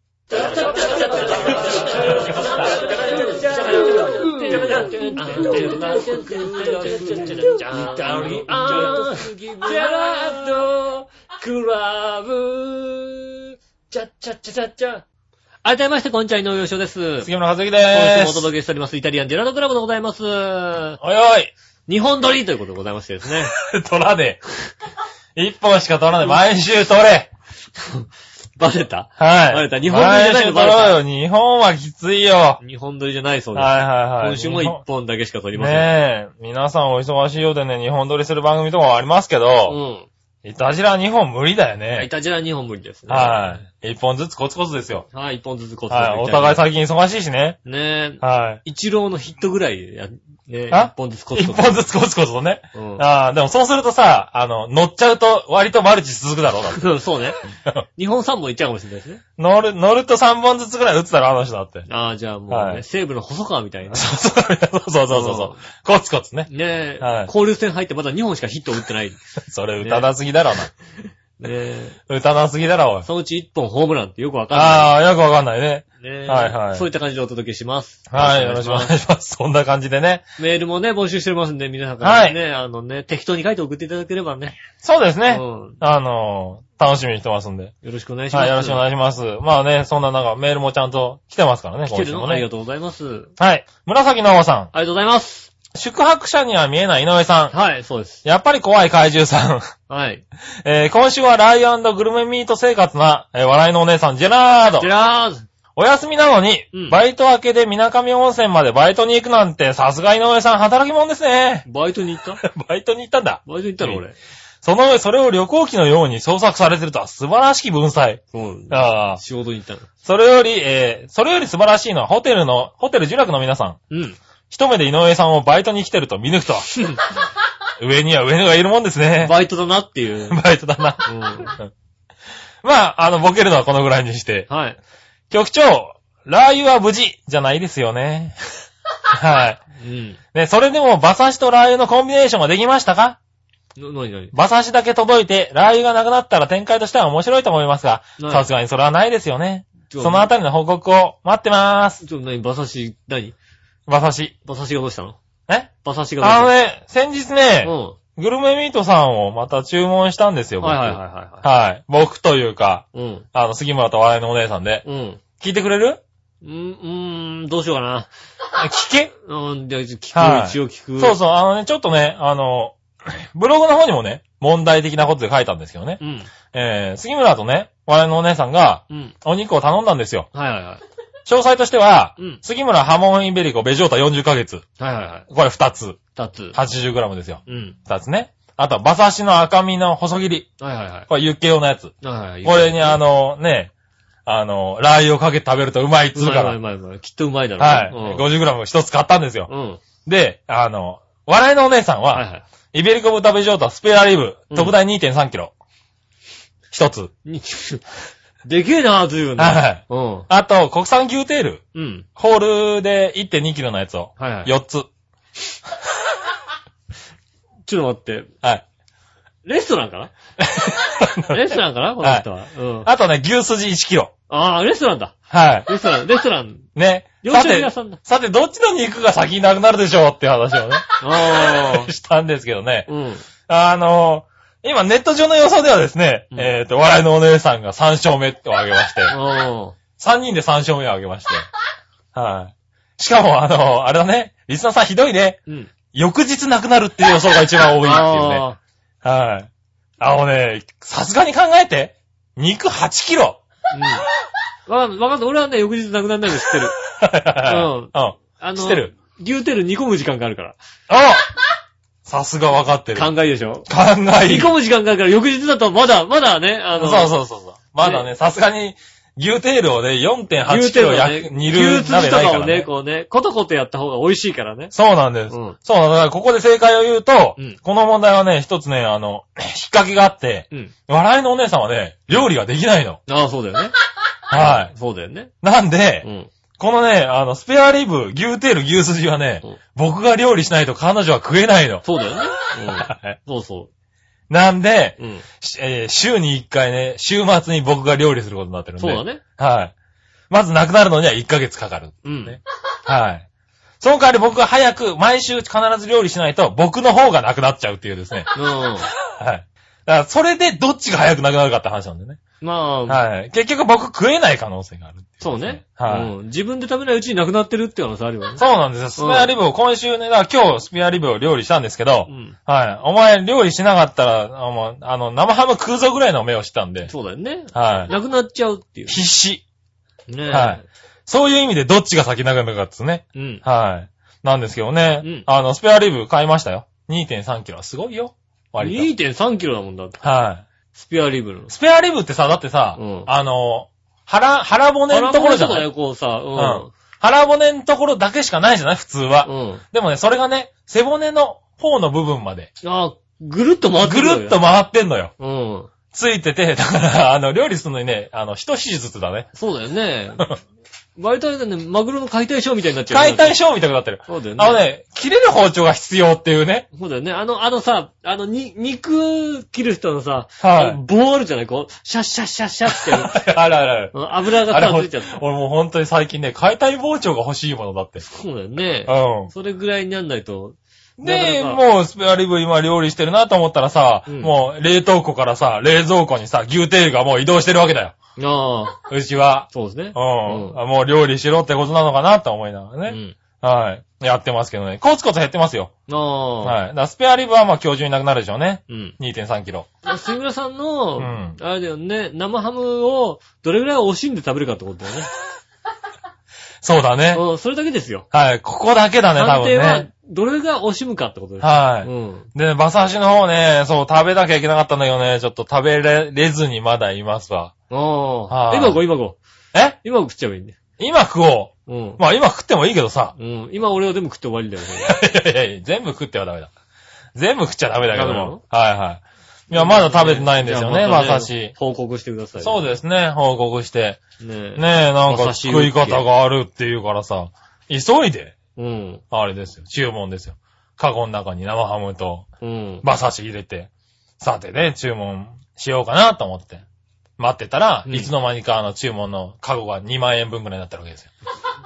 B: 改めまして、こんにちは、井上洋翔です。
C: 杉村和樹
B: 今週
C: で
B: もお
C: す。
B: 届けしております、イタリアンジェラードクラブでございます。
C: おいおい
B: 日本撮りということでございましてです ね。
C: 取らねえ。一本しか取らねえ。毎週取れ。
B: バレた
C: はい。
B: バレた日本撮りじゃないのバレた
C: 毎週取ろうよ。日本はきついよ。はい
B: 日本撮りじゃないそうです。
C: はいはい。
B: 今週も
C: 日
B: 1
C: 本
B: 本だけしか撮りません。
C: ねえ、皆さんお忙しいようでね、日本撮りする番組とかもありますけ
B: う
C: ど、
B: ん。
C: いたじら日本無理だよ
B: い
C: ね。
B: たじら2本無理ですね。
C: はい。一本ずつコツコツですよ。
B: はい、一本ずつコツコツ
C: はい。お互い
B: さ。
C: 最近忙しいしね。
B: ねえ、
C: は
B: 一郎のヒットぐらいや、ねえ、
C: あ
B: 一本ずつ
C: い。
B: コツ
C: 一
B: コツ。
C: 本ずつコツコツとね。
B: うん
C: ああ、でもそうするとさ、あの、乗っちゃうと割とマルチ続くだろうだって。
B: うん そうね。日本3本いっちゃうかもしれないですね。
C: 乗る、乗ると3本ずつぐらい打つだろ、あの人だって。
B: ああ、じゃあもうね、
C: はい
B: 西部の細川みたい な。
C: そうそうそうそうそうそう。コツコツね。
B: ねえ、
C: はい
B: 交流戦入ってまだ2本しかヒット打ってない。ね
C: それ歌なすぎだろ、
B: え、
C: お前。歌なすぎだろ、おい。
B: そのうち1本ホームランってよくわかんな
C: ああ、よくわかんないね。
B: い。ねえ
C: はいはい
B: そういった感じでお届けします。
C: はい、よろしくお願いします。そんな感じでね。
B: メールもね、募集してますんで、皆さんからね、あのね、適当に書いて送っていただければね。
C: そうです
B: う
C: ね。
B: ん。
C: あのー、楽しみにしてますんで。
B: よろしくお願いします。
C: はい、よろしくお願いします。まあね、そんな中、メールもちゃんと来てますからね、
B: 来てる
C: 今週
B: の
C: も
B: あり
C: ね
B: が。とうございます。
C: はい。紫の王さ
B: ありがとうございます。
C: ん。宿泊者には見えない井上さん。
B: はい、そうです。
C: やっぱり怖い怪獣さん。
B: はい。
C: えー今週はライアングルメミート生活な、えー笑いのお姉さん、ジェラード
B: じ。ゃあ、
C: お休みなのに、
B: うん
C: バイト明けで水上温泉までバイトに行くなんて、さすが井上さん働き者ですね。
B: バイトに行った
C: バイトに行ったんだ。
B: バイトに行ったの俺。
C: その上、それを旅行機のように捜索されてるとは素晴らしき文才。
B: そう
C: ああ。
B: 仕事に行ったの。
C: それより、えーそれより素晴らしいのはホテルの、ホテル呪楽の皆さん。
B: うん。
C: 一目で井上さんをバイトに来てると見抜 くとは。上には上野がいるもんですね。
B: バイトだなっていう。 う
C: バイトだな。
B: ん。
C: まあ、あの、ボケるのはこのぐらいにして。
B: はい。
C: 局長、ラー油は無事じゃないです よね。は
B: う
C: い。
B: ん。
C: ね、それでも馬刺しとラー油のコンビネーションができましたか
B: な、なになに
C: 馬刺しだけ届いて、ラー油がなくなったら展開としては面白いと思いますが、
B: ない
C: さすがにそれはないですよね。
B: ちょ
C: そのあたりの報告を待ってまーす。
B: ちょ、なにバサシ、なに
C: 馬刺し。
B: バサシがどうしたの
C: え
B: バサシがどうし
C: あ
B: た
C: の
B: の
C: ね、先日ね、グルメミートさんをまた注文したんです
B: う
C: よ、
B: ん。
C: 僕。
B: はいはいはい
C: はい。
B: は
C: はい。僕というか、
B: い。はい。
C: あの、杉村と笑いのお姉さんで。
B: うん。うん。
C: 聞いてくれる
B: うん、うーん、どうしようかな。
C: え聞け
B: うん、じゃあ聞く、
C: はい
B: 一応聞く。
C: そうそう、あのね、ちょっとね、あの、 ブログの方にもね、問題的なことで書いたんですけどね。
B: うん。
C: えー、杉村とね、我々のお姉さんが、
B: うん。
C: お肉を頼んだんですよ。
B: はいはいはい。
C: 詳細としては、
B: うん。
C: 杉村ハモンイベリコベジョータ40ヶ月。
B: はいはいはい。
C: これ2つ。
B: タツ。
C: 80g ですよ。
B: うん。
C: 2つね。あとは、馬刺しの赤身の細切り。
B: はいはいはい。
C: これユッケ用のやつ。
B: はいはい。
C: これにあの、ね、あの、ラー油をかけて食べるとうまいっつ
B: う
C: う
B: まい
C: か
B: うまいうまい
C: ら。
B: うまい。きっとうまいだろ
C: はい。
B: うね。
C: 50g1 つ買ったんですよ。
B: うん。うん。
C: で、あの、笑いのお姉さん
B: はい
C: は、
B: は
C: イベリコ豚ベジョータスペアリブ
B: う、ん
C: 特大 2.3kg。1つ。
B: いに。 でけえな、ずいぶんね。
C: はい
B: うん。
C: あと、国産牛テール。
B: うん。
C: ホールで 1.2kg のやつを。
B: はいはい。
C: 4つ。
B: ちょっと待って。
C: はい。
B: レストランかなレストランかなこの人は。うん。
C: あとね、牛すじ 1kg。
B: ああ、レストランだ。
C: は
B: レストラン、レストラン。
C: い。ね。
B: 洋
C: さ
B: 食屋
C: て、
B: さんだ。
C: さて、どっちの肉が先になくなるでしょうっていう話をね、
B: ああ。
C: したんですけどね。
B: うん。
C: あのー、今ネット上の予想ではですね、
B: うん
C: えっと、笑いのお姉さんが3勝目を挙げまして、
B: あ
C: 3人で3勝目を挙げまして、はい。しかも、あのー、あれだね、リスナーさんひどいね。
B: ーうん。
C: 翌日なくなるっていう予想が一番多いっていうね。
B: あ
C: はい。あのね、さすがに考えて、肉8キロ。
B: ー。うん。わかんない。わかんない。俺はね、翌日なくならないの知ってる。
C: うん。うん。
B: あの、
C: 知ってる。
B: 牛テール煮込む時間があるから。
C: あさすが分かってる。考
B: 考えでしょ
C: えい
B: 煮
C: い。
B: 込む時間があるから、翌日だとまだ、まだね、あ
C: そ
B: の、
C: うそうそうそう。まだね、さすがに、牛テールをね、4.8
B: 牛
C: キ
B: テー
C: ロ
B: ルをね
C: 焼く、煮る
B: 牛すじ
C: 鍋
B: と
C: ない
B: か
C: か
B: を
C: ら
B: ね、
C: ね。
B: こうね、コトコトやった方が美味しいからね。
C: そうなんです。
B: うん
C: そうなんだ。だからここで正解を言うと、
B: うん
C: この問題はね、一つね、あの、引っ掛けがあって、
B: うん。
C: 笑いのお姉さんはね、料理ができないの。
B: ああ、そうだよね。
C: はい。
B: そうだよね。
C: なんで、
B: うん。
C: このね、あの、スペアリブ、牛テール、牛すじはね、
B: うん
C: 僕が料理しないと彼女は食えないの。
B: そうだよね。うん。
C: はい
B: そうそ
C: なんで、
B: う。うん。
C: しえー週に1回ね、週末に僕が料理することになってるんで。
B: そうだ。ね。
C: はい。まず亡くなるのには1ヶ月かかる。
B: うん。
C: ねはい。その代わり僕が早く、毎週必ず料理しないと、僕の方が亡くなっちゃうっていう ですね。
B: うん。
C: はい。だから、それでどっちが早く亡くなるかって話なんでね。
B: まあ、
C: はい。結局僕食えない可能性がある。
B: そうね、
C: はい
B: うん。自分で食べないうちになくなってるって可能性あるよね。
C: そうなんですよ。スペアリブを、今週ね、だから今日スペアリブを料理したんですけど、
B: うん。
C: はい。お前料理しなかったら、お前あの、生ハム食うぞぐらいの目をしたんで、
B: そうだよね。
C: はい。
B: なくなっちゃうっていう。
C: 必死。
B: ね
C: はいそういう意味でどっちが先なくなるかっつうね。
B: い。うん。
C: はい。なんですけどね。
B: うん
C: あの、スペアリブ買いましたよ。2.3キロ。すごいよ。割と。
B: 2.3キロだもんだって。
C: は
B: スペアリブの。
C: スペアリブってさ、だってさ、
B: うん
C: あの、腹、腹骨のところじゃ
B: 腹骨
C: ない
B: とかね、こうさ、
C: うん腹骨のところだけしかないじゃない普通は、
B: うん。うん。
C: でもね、それがね、背骨の方の部分まで、
B: あ、ぐるっと回って
C: ぐるっと
B: 回
C: 回ってんのよ。
B: うん。
C: ついてて、 だから、あの、料理するのにね、あの、一手術だね。
B: そうだよ ね。割とね、マグロの解体ショーみたいになっちゃうよ
C: 解
B: ね。
C: 体ショーみたくなってる。
B: そうだよね。
C: あのね、切れる包丁が必要っていうね。
B: そうだよね。あの、あのさ、あの、に、肉切る人のさ、
C: はい
B: あの棒あるじゃないこう、シャッシャッシャッシャッってや る
C: あるあるある。
B: うん油が
C: あれ
B: 感
C: ほ
B: づ
C: ん
B: いちゃった。
C: 俺もう本当に最近ね、解体包丁が欲しいものだって。
B: そうだよね。
C: う
B: それぐらいになんないと。
C: ん。で、
B: なかなか
C: もうスペアリブ今料理してるなと思ったらさ、
B: うん
C: もう冷凍庫からさ、冷蔵庫にさ、牛テールがもう移動してるわけだよ。
B: ああ、
C: うちは。
B: そうですね
C: う。。
B: うんん
C: あもう料理しろってことなのかなと思いなが
B: う
C: らね。
B: ん。
C: はい。やってますけどね。コツコツ減ってますよ。
B: ああ。
C: はい。だからスペアリブはまあ今日中になくなるでしょうね。
B: うん。
C: 2.3キロ。
B: 杉村さんの、
C: うん
B: あれだよね、生ハムをどれぐらい惜しんで食べるかってことだよね。
C: そうだね。
B: うん、それだけですよ。
C: はい。ここだけだね、多
B: 判定
C: 分
B: は
C: ね。、
B: どれが惜しむかってことです。
C: はい。
B: うん。
C: で、バサハシの方ね、そう、食べなきゃいけなかったんだけどね、ちょっと食べれれずにまだいますわ。
B: あ
C: は
B: あ。
C: い
B: 今こう、今こう。
C: え
B: 今食っちゃえばいいんだよ。
C: 今食お
B: う
C: う。
B: ん。
C: まあ今食ってもいいけどさ。
B: うん。今俺は全部食って終わりだよ、ね。
C: いやいやいや、全部食ってはダメだ。全部食っちゃダメだけど
B: ダメなの
C: も。はいはい。いや、まだ食べてないんですよ
B: じゃ
C: ね、
B: あま
C: バ
B: た
C: サハシ。
B: 報告してください。
C: そう
B: で
C: ですね、報告して。
B: す。ねえ。
C: ねえ、なん
B: 馬刺
C: か
B: し
C: 食い方があるっていうからさ、急いで、
B: うん。
C: あれですよ、注文ですよ。カゴの中に生ハムと
B: うん。
C: 馬刺し入れて、さてね、注文しようかなと思って、待ってたら、
B: うん
C: いつの間にかあの注文のカゴが2万円分ぐらいになってるわけですよ。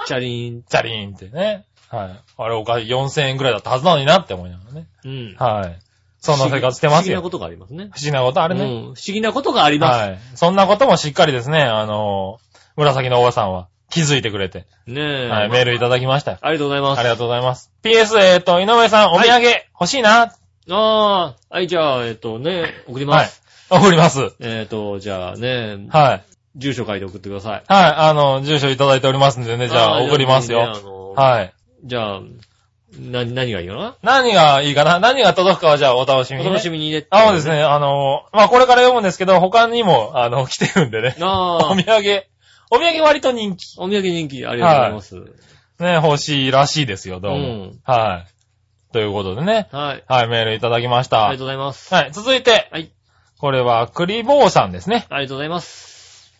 B: チャリーン。
C: チャリーンってね。はい。あれおかしい4000円ぐらいだったはずなのになって思いながらね。
B: うん。
C: はい。そんな生活してま
B: 不
C: す
B: 思議
C: よ。
B: な
C: 不
B: ことがありますね。
C: 思議なことあ
B: あ
C: れ
B: うん
C: ね。。
B: 不思議なことがありま
C: はい。そんなこともしっかりですね、あのー、紫のおばさんは気づいてくれて、
B: す。ねえ。
C: はい、メールいただきましたよ。
B: ありがとうございます。
C: ありがとうございます。PS、えっと、井上さん、お土産欲しいな。
B: ああ、はい、じゃあ、えっとね、送りま
C: はい
B: す。。
C: 送ります。はい。
B: えっと、じゃあね、
C: はい、
B: 住所書いて送ってください。
C: あの、住所いただいておりますんでね、じゃあ
B: ー
C: 送ります
B: じゃあ
C: よ。
B: ねあの
C: はい。
B: じゃあ、な、何がいいかな
C: 何がいいかな何が届くかはじゃあお楽しみ
B: お
C: にね、
B: 楽しみにね。
C: あ、そうですね。あの、まあ、これから読むんですけど、他にも、あの、来てるんでね。お
B: ああ
C: 土、産。お土産割と人気。
B: お土産人気ありがとうございます。
C: ね、欲しいらしいですよ、どうも。
B: うん
C: はい。ということでね。
B: はい。
C: はい、メールいただきまし
B: ありが
C: た。
B: とうございます。
C: はい、続いて。
B: はい。
C: これは、クリボーさんですね。
B: ありがとうございます。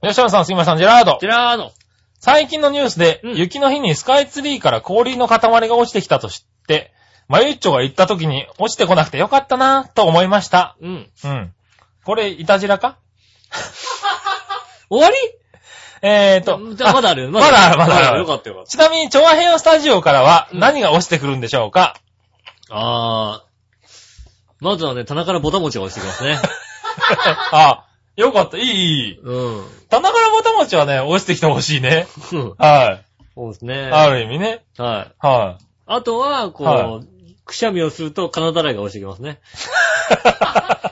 C: 吉野さん、杉村さん、ジェラード
B: ジ。ェラード。
C: 最近のニュースで、
B: うん
C: 雪の日にスカイツリーから氷の塊が落ちてきたと知って、マユッチョが行った時に落ちてこなくてよかったなぁと思いました。
B: うん。
C: うん。これ、いたじらか
B: 終わり
C: えーと、
B: じゃあ、まだあるよ。
C: まだあるまだある
B: よかったよかっ
C: ちなみに、調和平和スタジオからは
B: うん
C: 何が落ちてくるんでしょうか、
B: た。ああ。まずはね、棚からボタン持ちが落ちてきます ね。
C: あ、よかった、いい、いい。
B: うん。
C: 棚からぼたもちはね、落ちてきてほしいね。
B: そう
C: は
B: ですね
C: い。。ある意味ね。
B: はい。
C: はい。
B: あとは、こう、
C: は
B: くしゃみをすると金だらいが落ちてきます ね。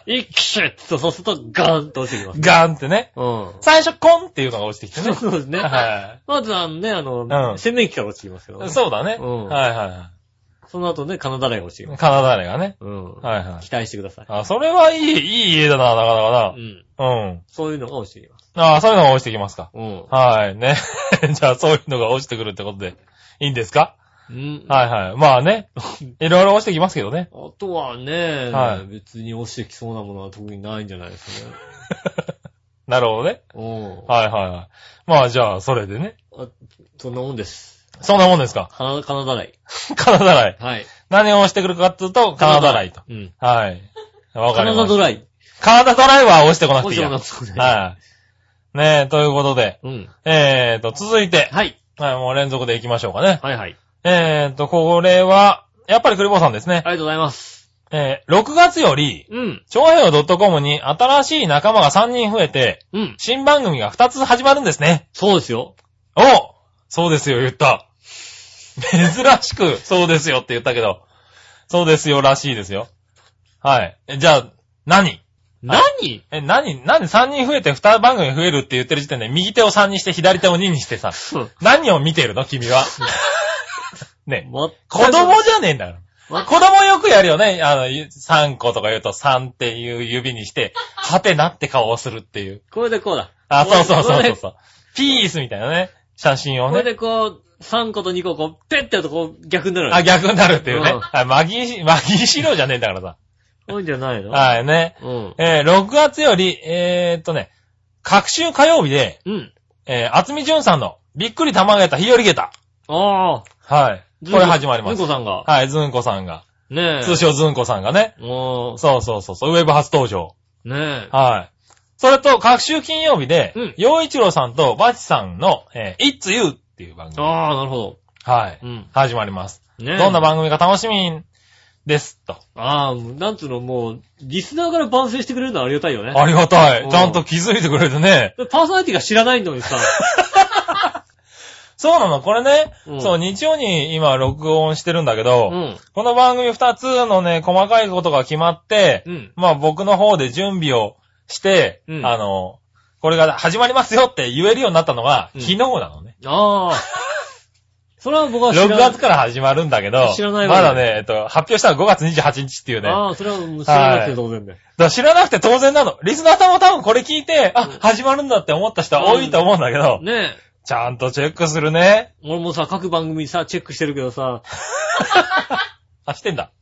B: 一気シュッと、そうするとガーンと落ちてきます。
C: ガーンってね。
B: う
C: 最初、コンっていうのが落ちてきて
B: ん。
C: ね。
B: そうですね。
C: は
B: まずはね、あの、
C: うん
B: 洗面器から落ちてきますけど、
C: い。
B: ね、
C: そうだね。
B: うん
C: はいはいは
B: その後ね、金だらいが落ちてきま
C: い。
B: す。
C: カナダレがね。
B: うん。
C: はいはい。
B: 期待してください。
C: あ、それはいい、いい家だな、なか
B: う
C: なか
B: ん。
C: な。うん。
B: そういうのが落ちてきます。
C: あそういうのが落ちてきますか。
B: うん。
C: はい、ね。 じゃあ、そういうのが落ちてくるってことで、いいんですか
B: うん。
C: はいはい。まあね。いろいろ落ちてきますけどね。
B: あとはね、
C: はい
B: 別に落ちてきそうなものは特にないんじゃないですかね。
C: なるほどね。
B: うん。
C: はいはいはい。まあじゃあ、それでね。
B: そんなもんです。
C: そんなもんですか。
B: 金、金だらい。
C: カナダライ。
B: はい。
C: 何をしてくるかっていうと、カナダライと。
B: うん。
C: はい。わか
B: 金
C: り
B: だ
C: ました。
B: ドライ。
C: カナダドライは押してこなく
B: 落
C: て
B: ち
C: いい
B: て
C: や。
B: こなくてもね
C: はい。ねえ、ということで。
B: うん。
C: えーと、続いて。
B: はい。
C: はい、もう連続で行きましょうかね。
B: はいはい。
C: えーと、これは、やっぱりクリボーさんです
B: あ
C: ね。
B: りがとうございます。え
C: えー、6月より、
B: うん。
C: 超平洋 .com に新しい仲間が3人増えて、
B: うん。
C: 新番組が2つ始まるんですね。
B: そうですよ。
C: おそうですよ、言った。珍しく、そうですよって言ったけど、そうですよらしいですよ。はい。えじゃあ、何
B: 何
C: え、何なんで3人増えて2番組増えるって言ってる時点で右手を3にして左手を2にしてさ、何を見てるの君は。 ね。
B: ま、
C: 子供じゃねえんだから。
B: ま
C: 子供よくやるよね。あの、3個とか言うと3っていう指にして、はてなって顔をするっていう。
B: これでこうだ。
C: あ、そうそう
B: こ
C: そう
B: れ
C: そう
B: で
C: そう。ピースみたいなね。写真を
B: これ
C: ね。
B: でこう、3個と2個こう、ペッてやるとこう逆になる。
C: あ、逆になるっていうね
B: うん。
C: あ、マギー、マギー資料じゃねえんだからさ。
B: 多いんじゃないの
C: はいね。
B: うん。
C: えー6月より、えーっとね、各週火曜日で、
B: うん。
C: えー、厚みじゅんさんの、びっくり玉げた、日和げた。
B: ああ。
C: はい。これ始まりま
B: ずん
C: す。
B: こさんが。
C: はい、ずんこさんが。
B: ねえ。
C: 通称ずんこさんがね。
B: おー
C: そうそうそうそう、ウェブ初登場。
B: ねえ。
C: はい。それと、各週金曜日で
B: うん、
C: 洋、一郎さんとバチさんの、えー、It's You っていう番組。
B: ああ、なるほど。
C: はい。
B: うん。
C: 始まります。
B: ねえ。
C: どんな番組か楽しみです、と。
B: ああ、なんつうの、もう、リスナーから番宣してくれるのはありがたいよね。
C: ありがた
B: う
C: い。
B: ん
C: ちゃんと気づいてくれてね。
B: パーソナリティが知らないのに さ。
C: そうなの、これね、
B: うん
C: そう、日曜に今録音してるんだけ
B: う
C: ど、
B: ん。
C: この番組二つのね、細かいことが決まって、
B: うん。
C: まあ僕の方で準備をして、
B: うん
C: あの、これが始まりますよって言えるようになったのが、
B: うん
C: 昨日なのね。
B: ああ。それは僕は知ら
C: 6
B: ない。
C: 月から始まるんだけど、
B: 知らないわ
C: ま
B: ね
C: だね、えっと、発表したのは5月28日っていうね。だか
B: ああ、それはもう知らなくて当然で。
C: ら知らなくて当然なの。リスナーさんも多分これ聞いて、あ、始まるんだって思った人は多いと思うんだけど、
B: ねえ。
C: ちゃんとチェックするね。
B: 俺もさ、各番組さ、チェックしてるけどさ、
C: あ、してんだ。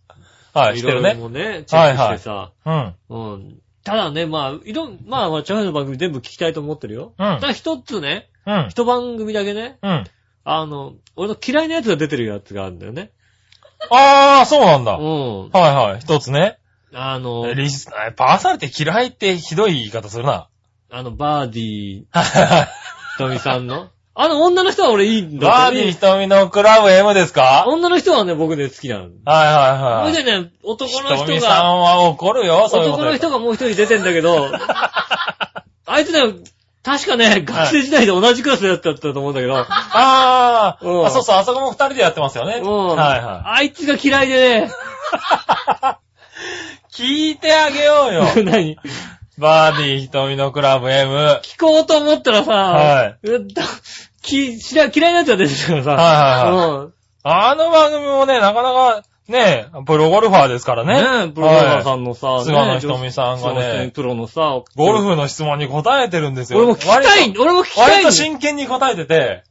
C: はい、してる
B: いろいろも
C: ね。
B: ね、チェックしてさ、
C: うん。
B: うん。ただね、まあ、いろん、まあ、まあ、チャンネルの番組全部聞きたいと思ってるよ。
C: うん
B: ただ一つね、
C: うん。
B: 一番組だけね、
C: うん。
B: あの、俺の嫌いなやつが出てるやつがあるんだよね。
C: あー、そうなん
B: う
C: だ。
B: ん。
C: はいはい、一つね。
B: あの、
C: リス、パーサルって嫌いってひどい言い方す るな。
B: あの、バーディー、
C: はいはいはい。
B: とみさんの。 あの、女の人は俺いいんだ
C: バーディー瞳のクラブ M ですか
B: 女の人はね、僕ね、好きなの。そ
C: はいは
B: れ
C: いは
B: で
C: い。
B: ね、男の
C: ひと
B: 人
C: みさ
B: が、
C: んは怒るよ、そういうこ
B: 男
C: と
B: の
C: 言うと。
B: 人がもう一人出てんだけど、 あいつね、確かね、学生時代で同じクラスだったと思うんだけど、
C: あ
B: うん
C: ー、あ、そうそう、あそこも二人でやってますよね。
B: うん。
C: はいは
B: あいつが嫌いでね、
C: い。 聞いてあげようよ。
B: 何
C: バーディー瞳のクラブ M。はい
B: 聞こうと思ったらさ、
C: は
B: うっだき知ら嫌いなやつが出てるからさ、
C: はいはい。あの番組もね、なかなか、ね、プロゴルファーですからね。
B: うん。ねえ、プロゴルファーさ
C: はい
B: んのさ、ね
C: 菅野瞳さんがね
B: 菅野瞳プロのさ、
C: ゴルフの質問に答えてるんですよ。
B: 俺も聞きたい
C: 割、と
B: 俺も聞きたい
C: 割と、真剣に答えてて。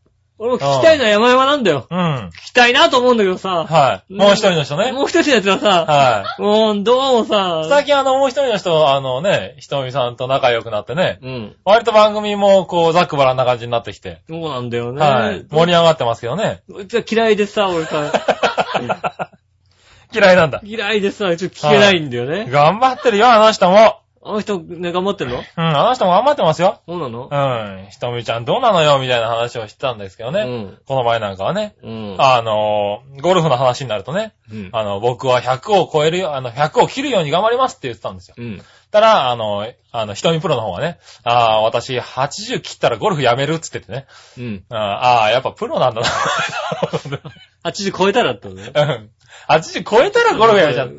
B: 俺も聞きたいのは山々なんだよ。
C: うん。
B: 聞きたいなと思うんだけどさ、
C: はい。もう一人の人ね。
B: もう一人のやつはさ、
C: はい。
B: うん、どうもさ、
C: 最近あの、もう一人の人、あのね、ひとみさんと仲良くなってね、
B: うん。
C: 割と番組もこう、ざっくばらんな感じになってきて、
B: そうなんだよね。
C: はい。盛り上がってますけどね。
B: こいつは嫌いでさ、俺さ、
C: 嫌いなんだ。
B: 嫌いでさ、ちょっと聞けないんだよね。
C: 頑張ってるよ、あの人も。
B: あの人、ね、頑張ってんの
C: うん、あの人も頑張ってますよ。
B: そうなの
C: うん、ひとみちゃんどうなのよ、みたいな話をしてたんですけどね。この前なんかはね。
B: うん。うん。
C: あのーゴルフの話になるとね、
B: うん。
C: あの、僕は100を超えるよ、あの、100を切るように頑張りますって言ってたんですよ。
B: うん。
C: たら、あの、あの、ひとみプロの方はね、ああ、私80切ったらゴルフやめるっつっててね。
B: うん。
C: ああ、やっぱプロなんだな。
B: 80超えたらってことね。
C: うん80超えたらゴルフやめちゃう。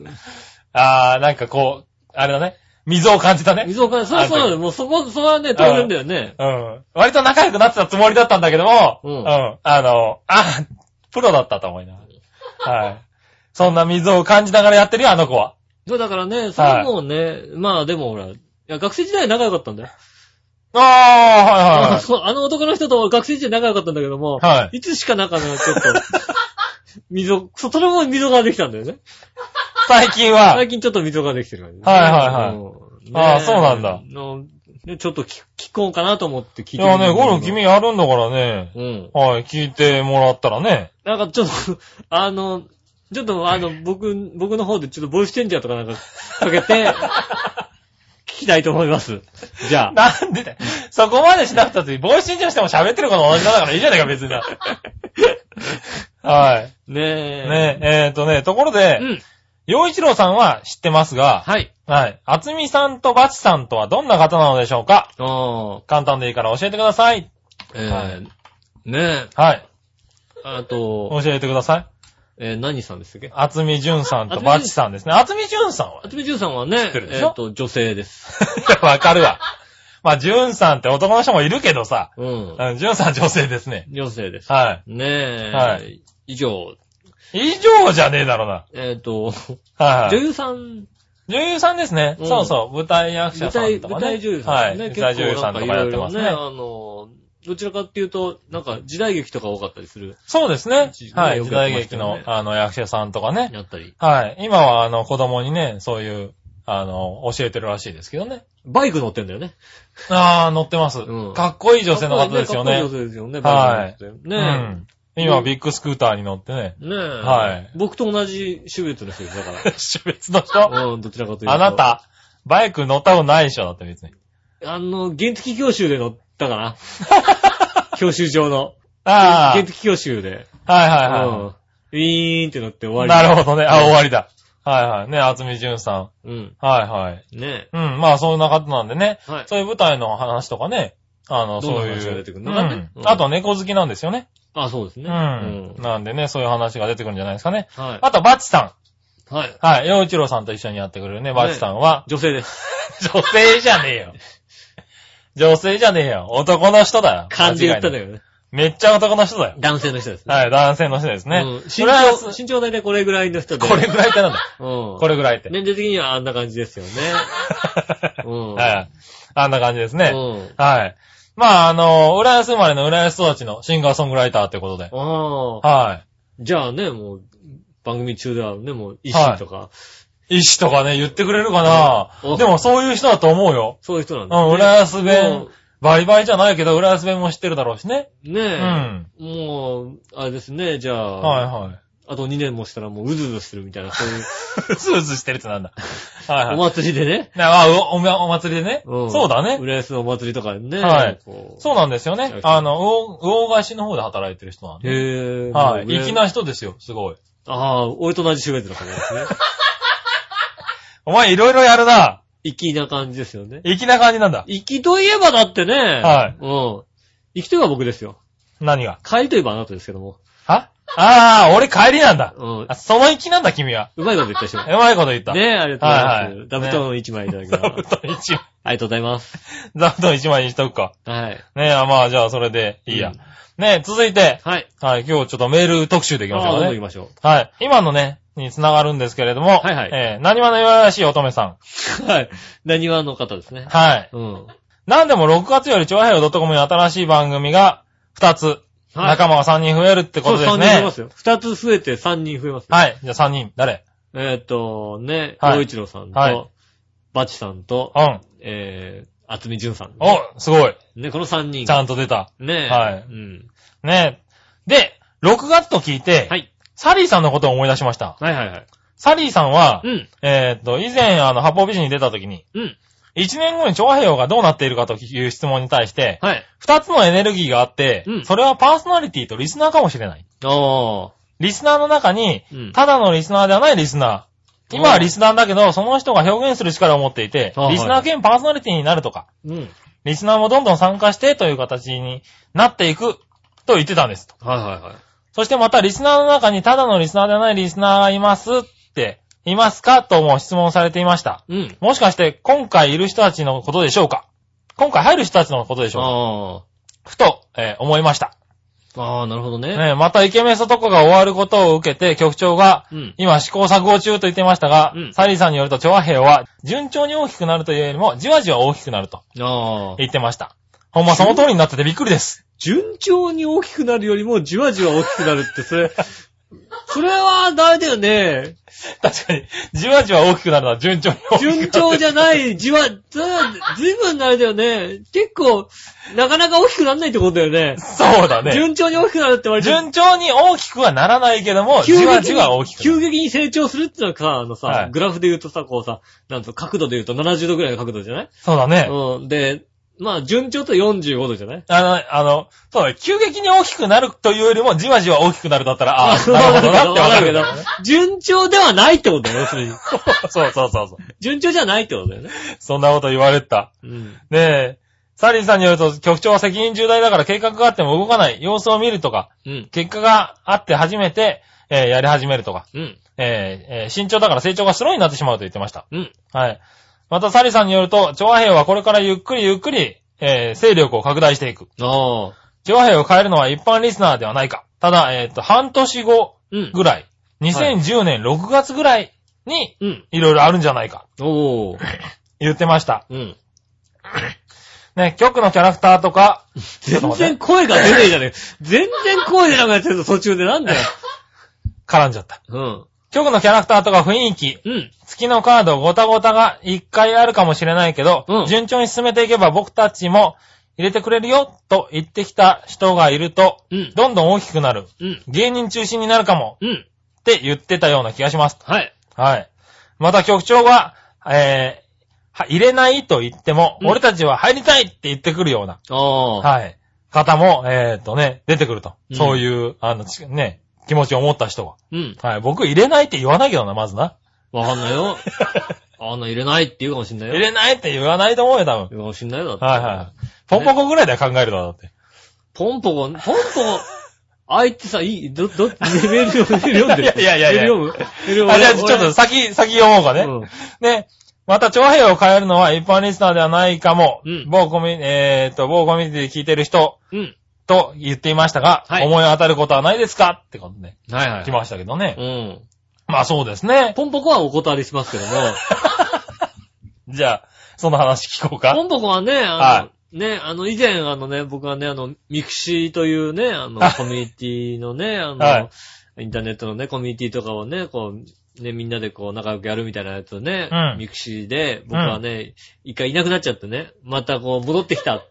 C: ああ、なんかこう、あれだね。溝を感じたね。
B: 水岡さん、そうそうだよ。もうそこ、そこはね、当然だよね。
C: うん。割と仲良くなってたつもりだったんだけども、
B: うん
C: あの、あプロだったと思いながら。はい。そんな溝を感じながらやってるよ、あの子は。
B: そうだからね、それはもうね、まあでもほら、いや、学生時代仲良かったんだよ。
C: ああ、はい
B: あ
C: は い
B: そうあの男の人と学生時代仲良かったんだけども、。
C: はい
B: つしか仲が、ちょっと、 溝、 そその分溝ができたんだよね。
C: 最近は。
B: 最近ちょっと溝ができてる感じ、
C: はいはいはい
B: い
C: ああそうなんだ
B: のねちょっと聞聞こうかなと思って聞いて
C: い
B: みた
C: や
B: んだ
C: ね、
B: けど
C: ゴルフ君やるんだからね。
B: うん。
C: はい、聞いてもらったらね。
B: なんかちょっと、 あの、ちょっとあの、僕、僕の方でちょっとボイスチェンジャーとかなんかかけ て、聞きたいと思います。じゃあ。
C: なんでだよ。そこまでしなくたって、ボイスチェンジャーしても喋ってること同じなんだからいいじゃないか、別に。 はい。
B: ねえ。
C: ねえ、えーとね、ところで
B: う、ん。
C: 洋一郎さんは知ってますが、
B: はい。
C: はい。厚みさんとバチさんとはどんな方なのでしょうか
B: ああ、
C: 簡単でいいから教えてください。
B: えー
C: はい
B: ねえ、
C: はい。
B: あと、
C: 教えてください。
B: えー何さんでしたっけ
C: 厚み淳さんとバチさんですね。厚み淳さんは
B: あつみじゅんさんはね、
C: ってるで
B: え
C: しょ
B: っと、女性です。
C: ねわかるわ。まあ、淳さんって男の人もいるけどさ、
B: うん。
C: うん淳さん女性ですね。
B: 女性です。
C: はい。
B: ねえ、
C: は
B: 以上、
C: 以上じゃねえだろうな。
B: えっ、と、
C: はい、は
B: 女
C: い。
B: 優さん
C: 女優さんですね。
B: うん
C: そうそう。舞台役者
B: 舞
C: さん
B: 台、
C: とか
B: 舞
C: ね。
B: 台女優
C: は
B: さん
C: い。
B: ね。
C: 舞
B: 結
C: 台女優
B: 構な
C: さ
B: ん
C: ん
B: か
C: と
B: い
C: かや
B: ろ
C: っ
B: い
C: て
B: ろ
C: ます
B: ね、
C: ね
B: あ。の、どちらかっていうと、なんか時代劇とか多かったりする。
C: そうですね
B: 一時。期ね
C: はい。
B: よ
C: 時
B: くやっ
C: 代
B: てました
C: 劇
B: よね
C: の、あの、役者さんとかね。
B: やったり。
C: はい。今は、あの、子供にね、そういう、あの、教えてるらしいですけどね。
B: バイク乗ってんだよね。
C: ああ、乗ってます
B: うん。
C: かっこいい女性の方ですよ
B: かっ
C: ね
B: こいい。女性ですよね、バ
C: は
B: イ
C: い
B: ク乗って。
C: う
B: ね
C: ん。今、ビッグスクーターに乗って ね。
B: え。ねえ。
C: はい
B: 僕と同じ種別の人です、だか
C: 種別の人
B: ら。うん、どちらかというと。
C: あなた、バイク乗ったことないでしょだって別に。
B: あの、原付教習で乗ったか な。教習場の。
C: あ
B: 原付教習で。
C: あ、はいは
B: う
C: いはい。
B: ん。ウィーンって乗って終わり。
C: なるほどね。あ、終わりだ。はいはい。ね、厚み純さん。
B: うん。
C: はいはい。
B: ね
C: うん、まあそんな方なんでね。
B: え。はい。
C: そういう舞台の話とかね。あの、
B: どんな
C: そう
B: 話が
C: い
B: 出
C: う。
B: てくる
C: う
B: のかね
C: ん
B: う。ん
C: あと猫好きなんですよね。
B: あ、そうです
C: う
B: ね。
C: ん。なんでね、そういう話が出てくるんじゃないですかね。
B: うん。はい。
C: あと、バチさ
B: はい。
C: ん。はい。洋一郎さんと一緒にやってくれるね、バチさんは。
B: 女性です。
C: 女性じゃねえよ。女性じゃねえよ。男の人だよ。
B: 漢字言ったんだ
C: 間違いな
B: け
C: い
B: どね。
C: めっちゃ男の人だよ。
B: 男性の人ですね。
C: はい、男性の人ですね
B: うん。
C: そ
B: 身
C: れは
B: 長、身長大体これぐらいの人で。
C: これぐらいってなんだ。
B: うん。
C: これぐらいって。
B: 年齢的にはあんな感じですよね。うん。
C: はい。あんな感じですね。
B: うん。
C: はい。まあ、あの、浦安生まれの浦安育ちのシンガーソングライターってことで。
B: ああ。
C: は
B: じゃあね、もう、番組中ではね、もう、医師とか、
C: い。医師とかね、言ってくれるかな
B: お
C: でもそういう人だと思うよ。
B: そういう人なん
C: う
B: だね。
C: ん、浦安
B: も
C: 弁、バリバリじゃないけど、浦安弁も知ってるだろうしね。
B: うね
C: う
B: え。
C: ん。
B: もう、あれですね、じゃあ、
C: はいはい。
B: あと2年もしたらもううずうずするみたいな、そういう、
C: うずうずしてるってなんだ。 はいはい
B: お。祭りでね。
C: なあおおめお祭りでね。
B: うん
C: そうだね。
B: 浦安のお祭りとかでね。
C: はい
B: こう。
C: そうなんですよね。あの、魚魚菓子の方で働いてる人なんで。
B: へぇ
C: はい。粋。
B: もう
C: な人ですよ、すごい。
B: ああ、俺と同じ種別の方ですね。
C: お前いろいろやるな。
B: 粋な感じですよね。
C: 粋な感じなんだ。
B: 粋といえばだってね。。
C: はい
B: うん。粋といえば僕ですよ。
C: 何が
B: 帰りといえばあなたですけども。
C: はああ、俺帰りなんだ。
B: うん
C: あ。その粋なんだ、君は。
B: うまいこと言ったで しょ。
C: うまいこと言った。
B: ねえ、ありがとうござい
C: はいは
B: ます。
C: い
B: ダブトン1枚いただき
C: 座
B: ま
C: 布
B: す。
C: 団一枚、
B: ありがとうございます。
C: 座布団一枚にしとくか。
B: はい。
C: ねえ、あまあ、じゃあ、それで、いいや。
B: うん
C: ねえ、続いて、
B: はい。
C: はい、今日ちょっとメール特集でいきまし
B: ああ、
C: ょう
B: ど
C: か
B: んどん行き
C: ね。
B: ましょ
C: はい。今のね、に繋がるんですけれども、
B: はいはい
C: えー、何話の弱らしい乙女さん。
B: う。 はい。何話の方ですね。
C: はい。
B: うん。
C: なんでも6月より超平洋 .com に新しい番組が2つ、仲間が3人増えるってことで
B: そ
C: す
B: う、3人増えま
C: ね。
B: すよ。2つ増えて3人増えます。
C: はい。じゃあ3人、誰
B: えっと、ね、
C: はい
B: 洋一郎さん
C: は
B: と
C: い、
B: バチさんと
C: う、ん。
B: えー、厚み淳さん。
C: お、すごい。
B: ね、この3人
C: ち。ゃんと出た。
B: ね
C: はい
B: うん。
C: ねえ。で、6月と聞いて、
B: はい。
C: サリーさんのことを思い出しました。
B: はいはいはい。
C: サリーさんは
B: う、ん。
C: えーっと、以前、あの、八方美人に出た時に、
B: うん。
C: 1年後に長平洋がどうなっているかという質問に対して、
B: はい。
C: 2つのエネルギーがあって、
B: うん
C: それはパーソナリティとリスナーかもしれない。
B: おー。
C: リスナーの中に、
B: うん
C: ただのリスナーではないリスナー。今
B: お
C: は
B: ー
C: リスナーだけど、その人が表現する力を持っていて
B: あー、
C: リスナー兼パーソナリティになるとか、
B: うん。
C: リスナーもどんどん参加してという形になっていくと言ってたんです。
B: はいはいはい。
C: そしてまたリスナーの中にただのリスナーではないリスナーがいますって、いますかとも質問されていました。
B: うん。
C: もしかして今回いる人たちのことでしょうか今回入る人たちのことでしょう
B: あ
C: かふと、えー思いました。
B: ー。あー、なるほどね。
C: ねまたイケメン男が終わることを受けて局長が、
B: うん。
C: 今試行錯誤中と言っていましたが、
B: うん
C: サリーさんによると調和兵は順調に大きくなるというよりもじわじわ大きくなると
B: あー。
C: 言ってました。ほんまその通りになっててびっくりです。
B: 順調に大きくなるよりもじわじわ大きくなるって、それ、 それは、だれだよね。
C: 確かに、じわじわ大きくなるのは順調に大きくなる。
B: 順調じゃない、じわ、ず、ずいぶんあれだよね。結構、なかなか大きくならないってことだよね。
C: そうだね。
B: 順調に大きくなるって割と、
C: 順調に大きくはならないけども、
B: 急激
C: じ
B: に
C: わじわ大きくな
B: 急
C: る。
B: 激に成長するってのはさ、あのさ、
C: はい
B: グラフで言うとさ、こうさ、なんと角度で言うと70度ぐらいの角度じゃない、
C: そうだね。
B: うん。で、まあ、順調と45度じゃない
C: あの、あの、そうだ、急激に大きくなるというよりも、じわじわ大きくなるだったら、 ああ、なるほどなってわかるけど
B: わ。順調ではないってことだよ、要するに。
C: そうそうそうそう。
B: 順調じゃないってことだよね。
C: そんなこと言われた。
B: うん。
C: ねえ、サリーさんによると、局長は責任重大だから計画があっても動かない。様子を見るとか、
B: うん。
C: 結果があって初めて、えーやり始めるとか、
B: うん。
C: えーえー慎重だから成長がスローになってしまうと言ってました。
B: うん。
C: はい。また、サリーさんによると、調和兵はこれからゆっくりゆっくり、えー勢力を拡大していく。
B: ああ。
C: 上辺を変えるのは一般リスナーではないか。ただ、えっ、と、半年後
B: うん。
C: ぐらい、2010年6月ぐらいに、
B: うん。
C: いろいろあるんじゃないか。
B: おー。
C: 言ってました。
B: うん。
C: ね、局のキャラクターとか、ちょっと
B: 全然
C: 待って
B: 声が出ねえじゃねえ。全然声出なくなってるぞ、途中で。なんだよ。
C: 絡んじゃった。
B: うん。
C: 局のキャラクターとか雰囲気、
B: うん。
C: 月のカードごたごたが一回あるかもしれないけど、
B: うん
C: 順調に進めていけば僕たちも入れてくれるよと言ってきた人がいると、
B: うん。
C: どんどん大きくなる。
B: うん。
C: 芸人中心になるかも
B: うん。
C: って言ってたような気がします。
B: はい。
C: はい。また局長が、えー、は入れないと言っても、
B: うん
C: 俺たちは入りたいって言ってくるような、
B: ああ。
C: はい、方も、えーっとね、出てくると。
B: うん
C: そういう、あの、ちね、気持ちを持った人
B: うん。
C: が。はい。僕入れないって言わないけどな、まずな。
B: わかんない よ。あんな入れないって言うかもしんないよ。
C: 入れないって言わないと思うよ、多分。
B: 言うかもしんないよ、だって。
C: はいはい。ポンポコぐらいで考えるのだって。
B: ポンポコ、ポンポコ、あいつさ、いい、ど、ど、メール読む、メール読んでる。
C: いやいやいやい
B: メー
C: や
B: ル読むメール読む
C: あ、じゃあ、ちょっと先、先読もうかね。
B: うん
C: ね。また、長編を変えるのは一般リスナーではないかも。
B: うん
C: 某コミュニ、えーっと、某コミュニティで聞いてる人
B: うん。
C: と言っていましたが、
B: はい
C: 思い当たることはないですかってことね。
B: はいはい。
C: 来ましたけどね。
B: うん。
C: まあそうですね。
B: ポンポコはお断りしますけども、
C: じゃあ、その話聞こうか
B: ポ。ンポコはね、あの、
C: は
B: ね、あの、以前、あのね、僕はね、あの、ミクシーというね、あの
C: あ、
B: コミュニティのね、あの、
C: は
B: インターネットのね、コミュニティとかをね、こう、ね、みんなでこう、仲良くやるみたいなやつをね、
C: うん
B: ミクシーで、僕はね、一回いなくなっちゃってね、またこう、戻ってきた
C: はい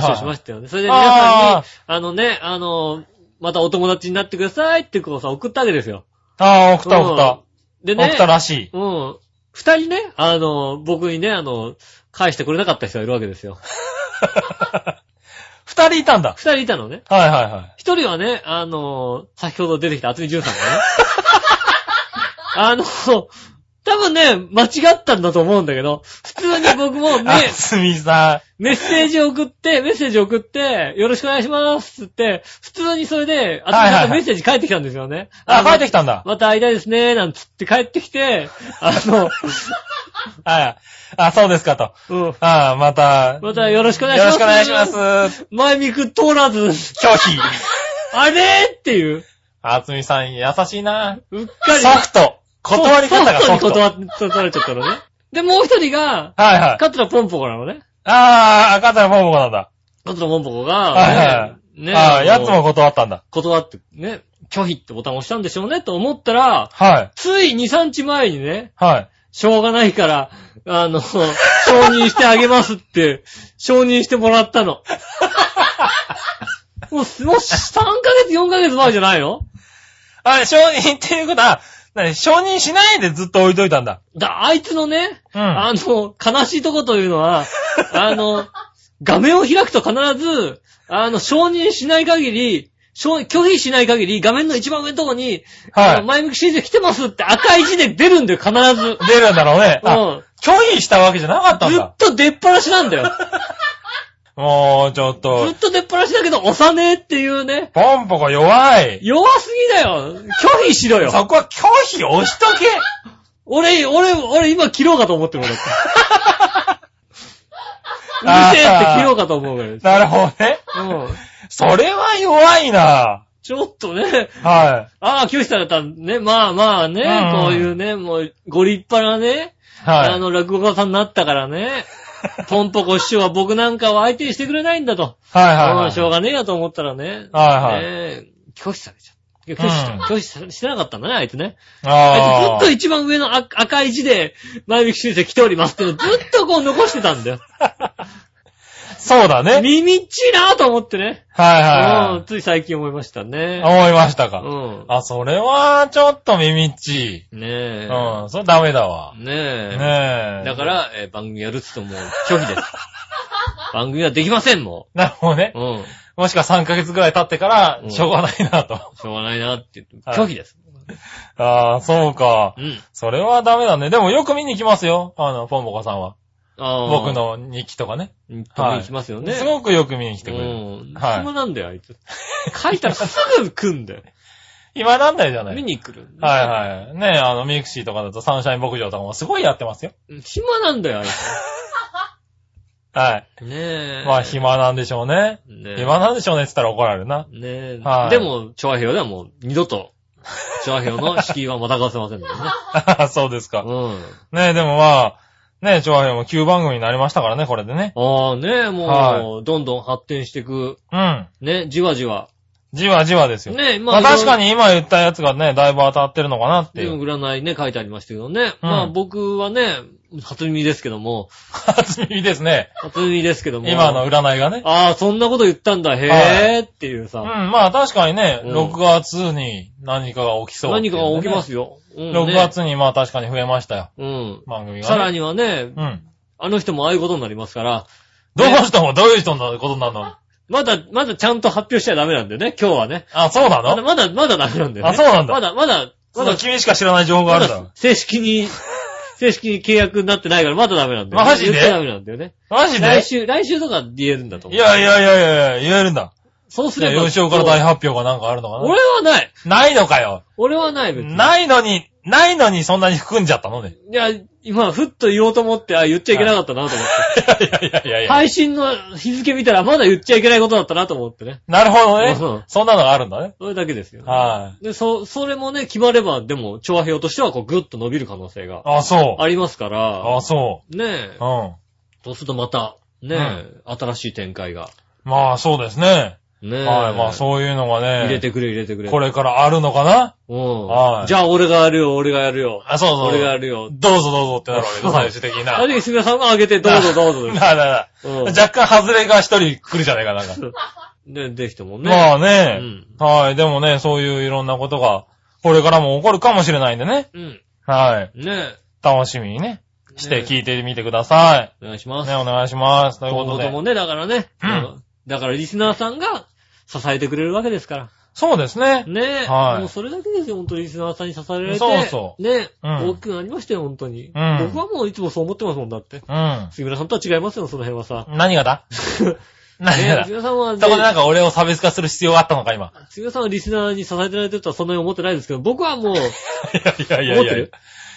B: 話をしま
C: は
B: したよね。それで皆さん
C: あ
B: に、あのね、あの、またお友達になってくださいってこうさ、送ったわけですよ。
C: い。ああ、送った送った。
B: でね、
C: 送ったらしい。
B: うん。二人ね、あの、僕にね、あの、返してくれなかった人がいるわけですよ。
C: 二人いたんだ。
B: 二人いたのね。
C: はいはいはい。
B: 一人はね、あの、先ほど出てきた厚み純さん がね。あの、多分ね、間違ったんだと思うんだけど、普通に僕もね
C: あ、、すみさ
B: メッセージを送って、メッセージを送って、よろしくお願いしますっつって、普通にそれで、あと
C: はいはいはい
B: メッセージ返ってきたんですよね。
C: ん。あ、帰って
B: き
C: きたんだ。
B: また会いたいですね、なんつって帰ってきて、あ の、
C: はい。あ、そうですかと。
B: うん。
C: ああ、また、
B: またよろしくお願いし
C: よ
B: ま
C: ろ
B: す。
C: しくお願いしま。す。
B: 前ミク通らず、
C: 拒否。
B: あれっていう、
C: あつみさん、優しいな。
B: うっかり。
C: ソフト。断り方がソ
B: ソ
C: フ
B: フ
C: ト。
B: トに断っ断られちゃったのね。で、もう一人が、
C: はいはい。
B: カツラポンポコなのね。
C: ああ、赤ちゃんももこなんだ。
B: カツラポンポコ
C: はい
B: が
C: は、
B: ね、
C: あ
B: あの
C: あ、やつも断ったんだ。
B: 断って、ね、拒否ってボタンを押したんでしょうね、と思ったら、
C: はい。
B: つい2、3日前にね、
C: はい。
B: しょうがないから、あの、承認してあげますって、承認してもらった の。もう、もう3ヶ月、4ヶ月前じゃないの
C: あれ、承認っていうことは、何承認しないでずっと置いといたんだ。
B: だ、あいつのね、
C: うん
B: あの、悲しいとこというの は、あの、画面を開くと必ず、あの、承認しない限り、承拒否しない限り、画面の一番上のとこに、
C: はい
B: あの前向きシーズン来てますって赤い字で出るんだよ、必ず。
C: 出るんだろうね。
B: う
C: あ、
B: ん。
C: 拒否したわけじゃなかったん
B: ずっ
C: だ。
B: と出っ放しなんだよ。
C: もう、ちょっ
B: ず
C: と
B: っ、と出っ放しだけど、押さねえっていうね。
C: ポンポコ弱い。
B: 弱すぎだよ。拒否しろ
C: そ
B: よ。
C: こは拒否押しとけ。
B: 俺、俺、俺今切ろうかと思 ってもらった。う
C: あー
B: るせえって切ろうかと思うぐらいです。
C: なるほどね。
B: うん。
C: それは弱いな。
B: ちょっとね、
C: は
B: ああ、清さんだったらね、まあまあね、
C: うん
B: こういうね、もう、ご立派なね、
C: い。はい。
B: あの、落語家さんになったからね、 ポンポコ師匠は僕なんかを相手にしてくれないんだと。
C: はいはい、
B: ま
C: は
B: あ
C: い。
B: しょうがねえやと思ったらね、
C: はいは
B: ね
C: い
B: え拒否されちゃった。拒否した、
C: うん
B: 拒否されしてなかったんだね、あいつね。あ
C: あ
B: い
C: あ
B: つずっと一番上の赤赤い字で、前向き修正来ておりますって いうのずっとこう残してたんだよ。
C: そうだね。はい
B: 耳っちいなと思ってね。
C: は
B: うんつい最近思いました
C: い
B: ね。
C: はい。思いました
B: う
C: か。
B: ん。
C: あ、それは、ちょっと耳っちい。
B: ねえ。
C: うん、それダメだわ。
B: ねえ。
C: ねえ。
B: だか。ら、えー番組やるっつってももう拒 否です。番組はできません、も
C: なるほどね
B: う。。うん。
C: もしか3ヶ月ぐらい経ってから
B: う、ん
C: しょうがない なと。
B: しょうがないなって言って、
C: はい
B: 拒否です。
C: ああ、そうか。
B: うん。
C: それはダメだね。でもよく見に来ますよ。あの、ポンポコさんは。
B: ああ。
C: 僕。の日記とかね。
B: 行きますよね。
C: すごくよく見に来てくれる。
B: うん。
C: はい
B: 暇なんだよ、あいつ。書いたらすぐ来んだよ。
C: 今なんだよじゃない。
B: 見に来る。
C: はいはい。ねあの、ミクシーとかだとサンシャイン牧場とかもすごいやってますよ。
B: い。暇なんだよ、あい つ。
C: はい。
B: ねえ。
C: まあ、。暇なんでしょうね。
B: ねえ。
C: 暇なんでしょうねって言ったら怒られる
B: ね
C: な。
B: え。
C: はい
B: でも、調和表ではもう二度と、長平の敷居はまたがせませんのでね。
C: そうですか。
B: うん。
C: ねえ、でもまあ、ねえ、長編も旧番組になりましたからね、これでね。
B: ああね、もう、
C: は
B: どんどん発展していく。
C: うん。
B: ね、じわじわ。
C: じわじわですよ。
B: ね、
C: まあ確か
B: に。
C: に今言ったやつがね、だいぶ当たってるのかなって
B: で
C: い
B: も
C: う。
B: 占いね、書いてありましたけどね。まあ僕はね、初耳ですけども、
C: 初耳ですね。
B: 初耳ですけども。
C: 今の占いがね。
B: ああ、そんなこと言ったんだ、へえっていう
C: うん、
B: さ。
C: まあ確かにね、
B: うん
C: 6月に何かが起きそうって
B: 何
C: いう
B: か
C: ね、
B: が起きますよ。うんね
C: 6月にまあ確かに増えましたよ、
B: うん。
C: 番組が、ね。
B: さらにはね、
C: うん。
B: あの人もああいうことになりますから、
C: どの人もどういう人のことなの
B: まだ、まだちゃんと発表しちゃダメなんだよね、今日はね。
C: あ、そうな
B: まだ、
C: の
B: まだ、まだダメなんだよね。
C: あそうなんだ
B: まだ、まだ、ま
C: まだ
B: だ、
C: 君しか知らない情報があるだ
B: ま
C: ろ
B: だ。正式 に、正式に契約になってないから、まだダメなんだよ、ね。
C: マジで
B: 言っちゃダメなんだよね。
C: マジで
B: 来週、来週とか言えるんだと
C: い
B: 思う。
C: やいやいやいや、言えるんだ。
B: そうす
C: じゃあ、
B: れば。
C: 吉岡の大発表がなんかあるのか
B: 俺はない。
C: なないのかよ。
B: 俺はない、別に。い
C: ないのに、ないのにそんなに含んじゃったのね。
B: や、今、ふっと言おうと思って、あ、言っちゃいけなかったなと思って。
C: いやいやいやいや。
B: 配信の日付見たら、まだ言っちゃいけないことだったなと思ってね。
C: なるほど
B: うん
C: ね。そんなのがあるんだね。
B: それだけですよ。
C: はい。
B: で、そ、それもね、決まれば、でも、調和票としては、こう、ぐっと伸びる可能性が
C: あ、そ
B: ありますか
C: う。
B: ら、
C: あ、そ
B: ねえ
C: う。う、ん。
B: そうするとまた、ねえ、新しい展開が、
C: まあ、そうですね。
B: ねえ、
C: はい。まあ、そういうのがね。
B: 入れてくれ、入れてくれ。
C: これからあるのかな
B: うん。
C: はい
B: じゃあ、俺がやるよ、俺がやるよ。
C: あ、そうそう。
B: 俺がやるよ。
C: どうぞどうぞってなるわけ
B: そう
C: で、最終的にな。
B: あの時、すみさんが上げて、どうぞどうぞ
C: な。なな
B: うん
C: 若干外れが一人来るじゃないか、なんか。
B: ね、できたもんね。
C: まあ
B: う
C: ね。
B: ん。
C: はい。でもね、そういういろんなことが、これからも起こるかもしれないんでね。
B: うん。
C: はい。
B: ね
C: 楽しみにね、
B: え。
C: して
B: ね
C: 聞いてみてください。
B: えお願いします。
C: ね、お願いします。というこ
B: 今
C: と
B: 後と
C: で
B: も。ね、だからね。
C: うん
B: あのだから、リスナーさんが支えてくれるわけですから。
C: そうですね。
B: ねえ。
C: はい
B: もうそれだけですよ、本当にリスナーさんに支えられて。。
C: そうそう
B: ねえ。
C: うん
B: 大きくなりましたよ、本当に。
C: ん
B: 僕はもういつもそう思ってますもんだって。
C: うん。
B: 杉村さんとは違いますよ、その辺は さ。
C: 何がだ何
B: ね
C: が
B: え
C: だ
B: 杉村さんはね、
C: そこでなんか俺を差別化する必要があったのか、 今。
B: 杉村さんはリスナーに支えてられてるとはそんなに思ってないですけど、僕はもう、
C: いやいやい
B: 思っ
C: や
B: て
C: いや。い
B: る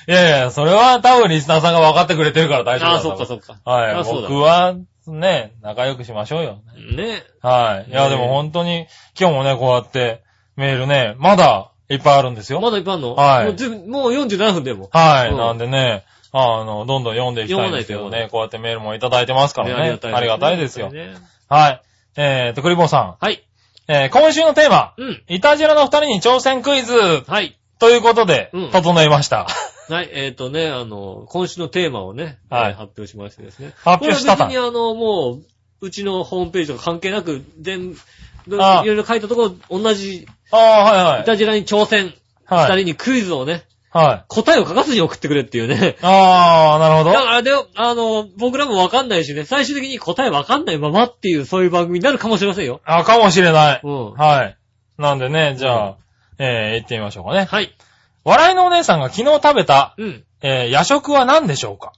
C: やいや、それは多分リスナーさんが分かってくれてるから大丈夫だ
B: ああ、そっかそ
C: っ
B: っか。
C: か。は
B: あ
C: い。
B: そうだ
C: 僕は、ね、仲良くしましょうよ。
B: ね
C: はい。い
B: ね
C: や、
B: え
C: でも本当に、今日もね、こうやって、メールね、まだ、いっぱいあるんですよ。
B: まだいっぱいあんの
C: はい
B: もう十分もう47分でも。
C: はい。
B: うん
C: なんでね、あの、どんどん読んでいきたいんですけど
B: 読まない
C: ね、こうやってメールもいただいてますからね。ありがたいですよ。
B: ね
C: はい。えーと、クリボーさ
B: はい。
C: ん。えー今週のテーマ、
B: うん。
C: イタジラの二人に挑戦クイズ
B: はい。
C: ということで
B: うん、
C: 整いました。
B: はい。えっ、とね、あの、今週のテーマをね、
C: はい
B: えー発表しましてですね。
C: 発表した
B: これ
C: た
B: は別にあの、もう、うちのホームページとか関係なく、全部、い
C: あ
B: ろいろ書いたところ、同じ、
C: ああ
B: い
C: ー、はい
B: たじらに挑戦、二
C: はい。はい。
B: 人にクイズをね、
C: はい。
B: 答えを書かずに送ってくれっていうね。
C: ああ、なるほ
B: だか
C: ど。
B: らで、あの、僕らもわかんないしね、最終的に答えわかんないままっていう、そういう番組になるかもしれませんよ。
C: あかもしれない。
B: うん。は
C: はい。なんでね、じゃあ、えー、行ってみましょうかね。
B: い。
C: 笑いのお姉さんが昨日食べた、
B: うん。
C: えー、夜食は何でしょうか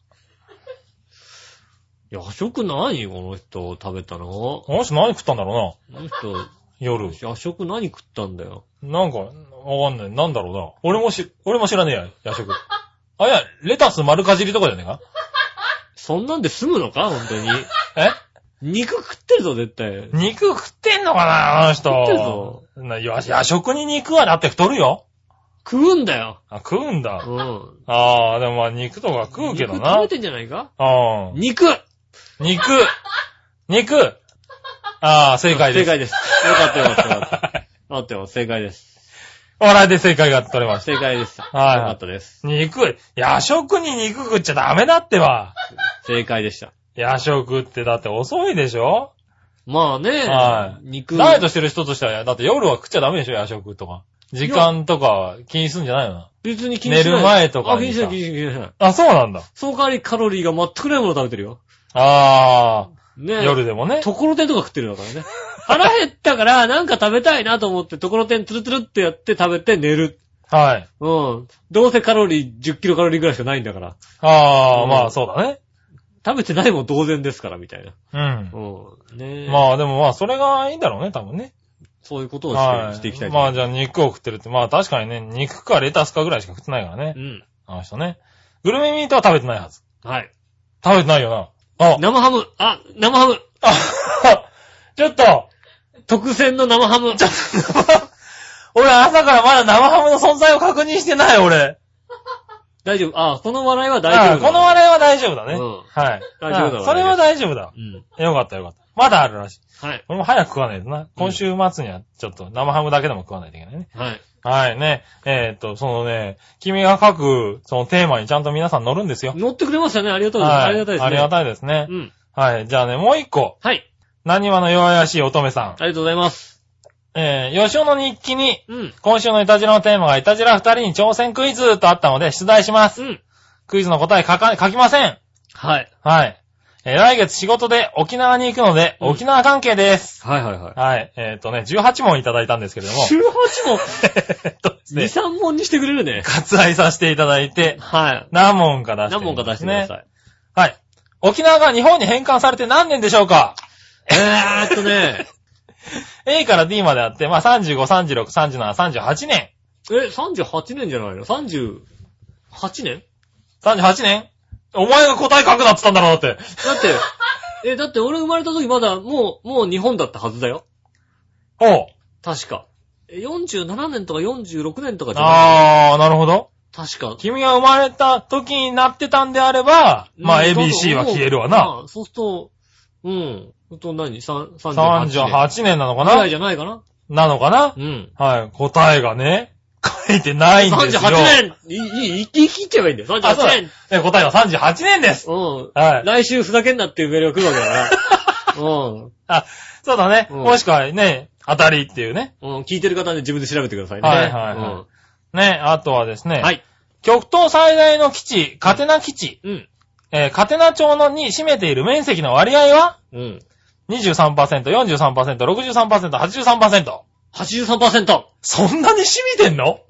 B: 夜食何この人食べたのこ
C: この人何食ったんだろ
B: の人、
C: うな夜。
B: 夜食何食ったんだよ。
C: なんか、わかんない。なんだろうな。俺もし、俺も知らねえや、夜食。あ、いや、レタス丸かじりとかじゃねえか
B: そんなんで済むのか本当に。
C: え
B: 肉食ってるぞ、絶対。
C: 肉食ってんのかなあの人。
B: 食ってるぞ
C: なよ夜食に肉はだって太るよ。
B: 食うんだよ。
C: あ、食うんだ。
B: うん。
C: ああ、でもまあ肉とか食うけど
B: 肉食
C: な
B: べ。てんじゃないか
C: あ
B: 肉
C: 肉肉ああ、正解です。
B: 正解 です。よかったよかったよかった。
C: はい
B: よかったよ、正解です。
C: 笑いで正解が取れまし
B: 正解です。
C: はい
B: よかったです。
C: た。肉、夜食に肉食っちゃダメだってば。
B: 正解でした。
C: 夜食ってだって遅いでしょ
B: まあね、
C: はい
B: 肉。
C: ダイエットしてる人としては、だって夜は食っちゃダメでしょ夜食とか。時間とか気にすんじゃないのな。
B: 別に気にしない。
C: 寝る前とか
B: あ、気に
C: に
B: し
C: さ
B: ない、気にしない、気にしない。
C: あ、そうなんだ。
B: その代わりカロリーが全くないものを食べてるよ。
C: あ
B: ね
C: あ、
B: え。
C: 夜でもね。
B: ところてんとか食ってるんだからね。腹減ったから、なんか食べたいなと思って、ところてんつるつるってやって食べて寝る。
C: はい。
B: うん。どうせカロリー10キロカロリーぐらいしかないんだから。
C: あ
B: う
C: あ、
B: ん
C: まあそうだね。
B: 食べてないも同然ですから、みたいな。
C: うん。
B: うん。ねえ。あ。
C: まあでもまあそれがいいんだろうね、多分ね。
B: そういうことをして,、
C: はい。
B: していきたいと
C: ま
B: 思
C: あ
B: い
C: じゃあ肉を食ってるって、まあ確かにね、肉かレタスかぐらいしか食ってないから
B: ます。
C: ね
B: う。ん。
C: あの人ね。グルメミートは食べてないはず。
B: はい。
C: 食べてないよな。あ、
B: 生ハムあ、生ハム
C: あ、ちょっと、
B: 特選の生ハム
C: ちょっと、俺朝からまだ生ハムの存在を確認してない、俺。
B: 大丈夫。あ、この笑いは大丈夫
C: あ
B: だ。
C: この笑いは大丈夫だね。
B: うん
C: はい。
B: 大丈夫だ
C: あそれは大丈夫だ。
B: うん。
C: よかったよかった。まだあるらしい。
B: はい。
C: 俺も早く食わないとな。今週末にはちょっと生ハムだけでも食わないといけないね。
B: はい。
C: はいね。えーっと、そのね、君が書く、そのテーマにちゃんと皆さん乗るんですよ。
B: 乗ってくれましたね。ありがとうございます。
C: は
B: ありがたいですね。
C: ありがたいですね。
B: うん。
C: はい。じゃあね、もう一個。
B: はい。
C: 何話の弱々しい乙女さん。
B: ありがとうございます。
C: えー、吉尾の日記に、
B: うん。
C: 今週のイタジラのテーマがイタジラ二人に挑戦クイズとあったので出題します
B: う。ん。
C: クイズの答え書か、書きません。
B: はい。
C: はい。えー来月仕事で沖縄に行くので、
B: うん
C: 沖縄関係です。
B: はいはいはい。
C: はい。えっ、とね、18問いただいたんですけれども、
B: 18 問、
C: えーっとです
B: 2、
C: ね、
B: 3問にしてくれるね。
C: 割愛させていただいて、
B: はい。
C: 何問か出して、
B: 何問か出してくださ
C: い。
B: い。
C: はい。沖縄が日本に返還されて何年でしょうか
B: えーっとね、
C: ?A から D まであって、まあ、35、36、37、38年。
B: え、38年じゃないの ?38 年
C: 38年お前が答え書くなって言ったんだろ、だって。
B: だ って、え、だって俺生まれた時まだもう、もう日本だったはずだよ。
C: おう。
B: 確か。え47年とか46年とかじゃない
C: あー、なるほど。
B: 確か。
C: 君が生まれた時になってたんであれば、まあ
B: うん
C: ABC は消える
B: そ
C: わ。
B: う
C: な。
B: まあそうすると、うん。そうすると何さん ?38 年。
C: 38年なのか
B: ぐらい
C: な
B: じゃないかな
C: なのかな
B: うん。
C: はい、答えがね、書いてないんですよ。
B: 38年いい、いい、生き切っちゃえばいいんだよ。
C: あそうだ
B: 38年
C: え答えは38年です
B: うん。
C: はい。
B: 来週ふざけんなっていうメールが来るわけだ から。うん。
C: あ、そうだね。
B: うん
C: もしくはね、当たりっていうね。
B: うん、聞いてる方で自分で調べてくださいね。
C: はいはいはいね、あとはです
B: うん
C: ね、
B: はい。
C: 極東最大の基地、カテナ基地、
B: うん。
C: えーカテナ町のに占めている面積の割合は
B: うん。
C: 23%、43%、63%、83%。
B: 83%!
C: そんなに染みてんの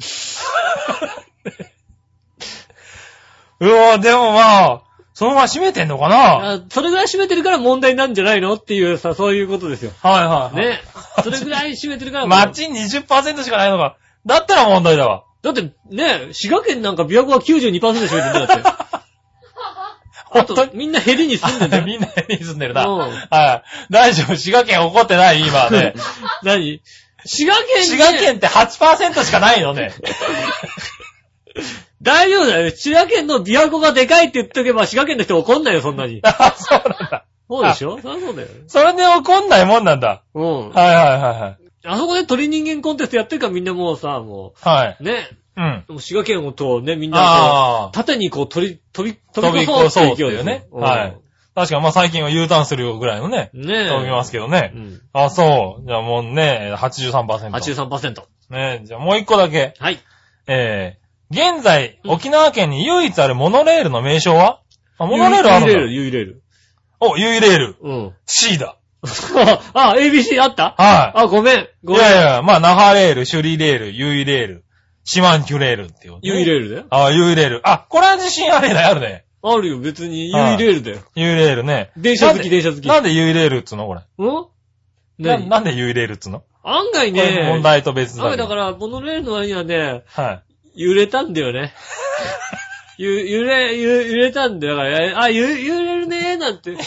C: うわ、でもまあ、そのまま染めてんのかなはい
B: あそれぐらい占めてるから問題なんじゃないのっていうさ、そういうことですよ。
C: はいはい。
B: ね。それぐらい占めて るから。
C: 街20%しかないのか。だったら問題だわ。
B: だって、ね、滋賀県なんか琵琶湖は92%で占めてるんだって。 あ
C: 本当
B: と、
C: に。
B: みんなヘリに住んでんだよ。
C: みんなに住んでるな。
B: うん
C: はい。大丈夫。滋賀県怒ってない今ね。
B: 何滋賀県で
C: 滋賀県って8%しかないのね。
B: 大丈夫だよ。滋賀県の琵琶湖がでかいって言っとけば、滋賀県の人怒んないよ、そんなに。
C: あ、そうなんだ。
B: そうでしょそりゃそうだよ。
C: それで怒んないもんなんだ。
B: うん。
C: はいはいはいはい。
B: あそこで鳥人間コンテストやってるからみんなもうさ、も
C: はい。
B: う、ね。
C: うん。
B: もう滋賀県をとね、みんなこ
C: あ
B: う
C: ー
B: 縦にこう飛び、飛び、
C: 飛
B: 飛
C: び
B: び
C: 越
B: 越
C: そう
B: そう
C: っ
B: ってて
C: い
B: いうう
C: ね
B: ね。。
C: はい。確かに、まあ最近は U ターンするぐらいのね、
B: うん。ねえ。
C: 飛びますけどね
B: う。ん。
C: あ、そう。じゃあもうね、83%。
B: 83%。
C: ね、じゃあもう一個だけ。
B: はい。
C: えー、現在、
B: うん
C: 沖縄県に唯一あるモノレールの名称はあ、モノレールあ
B: ユイレー
C: る
B: ル、
C: んだ。
B: ユイレール。
C: お、ユイレール。
B: うん。
C: C だ。
B: あ、ABC あった
C: は
B: あ、ごめん。
C: い。い
B: ごめん。
C: やいや、まあ、那覇レール、シュリレール、ユイレール、シマンキュレールっていう、
B: ユイレールだよ。
C: あ、ユイレール。あ、これは自信あるね、あるね。
B: あるよ、別に。ユイ
C: はい
B: レールだよ。
C: ユイレールね。
B: 電車好
C: なん
B: き、電
C: で
B: 車好き。
C: なんでユイレールっつうのこれ。
B: うん
C: な
B: 何
C: なんでユイレールっつうのこ
B: 案外
C: れ
B: ね、
C: 問題と別だ
B: 案
C: け
B: 外
C: ど。
B: だから、モノレールの割にはね、
C: はい。
B: 揺れたんだよ ね。ゆ揺れ、ゆ揺れたんだよ。だから、あ、ゆ揺れるねーなんて。揺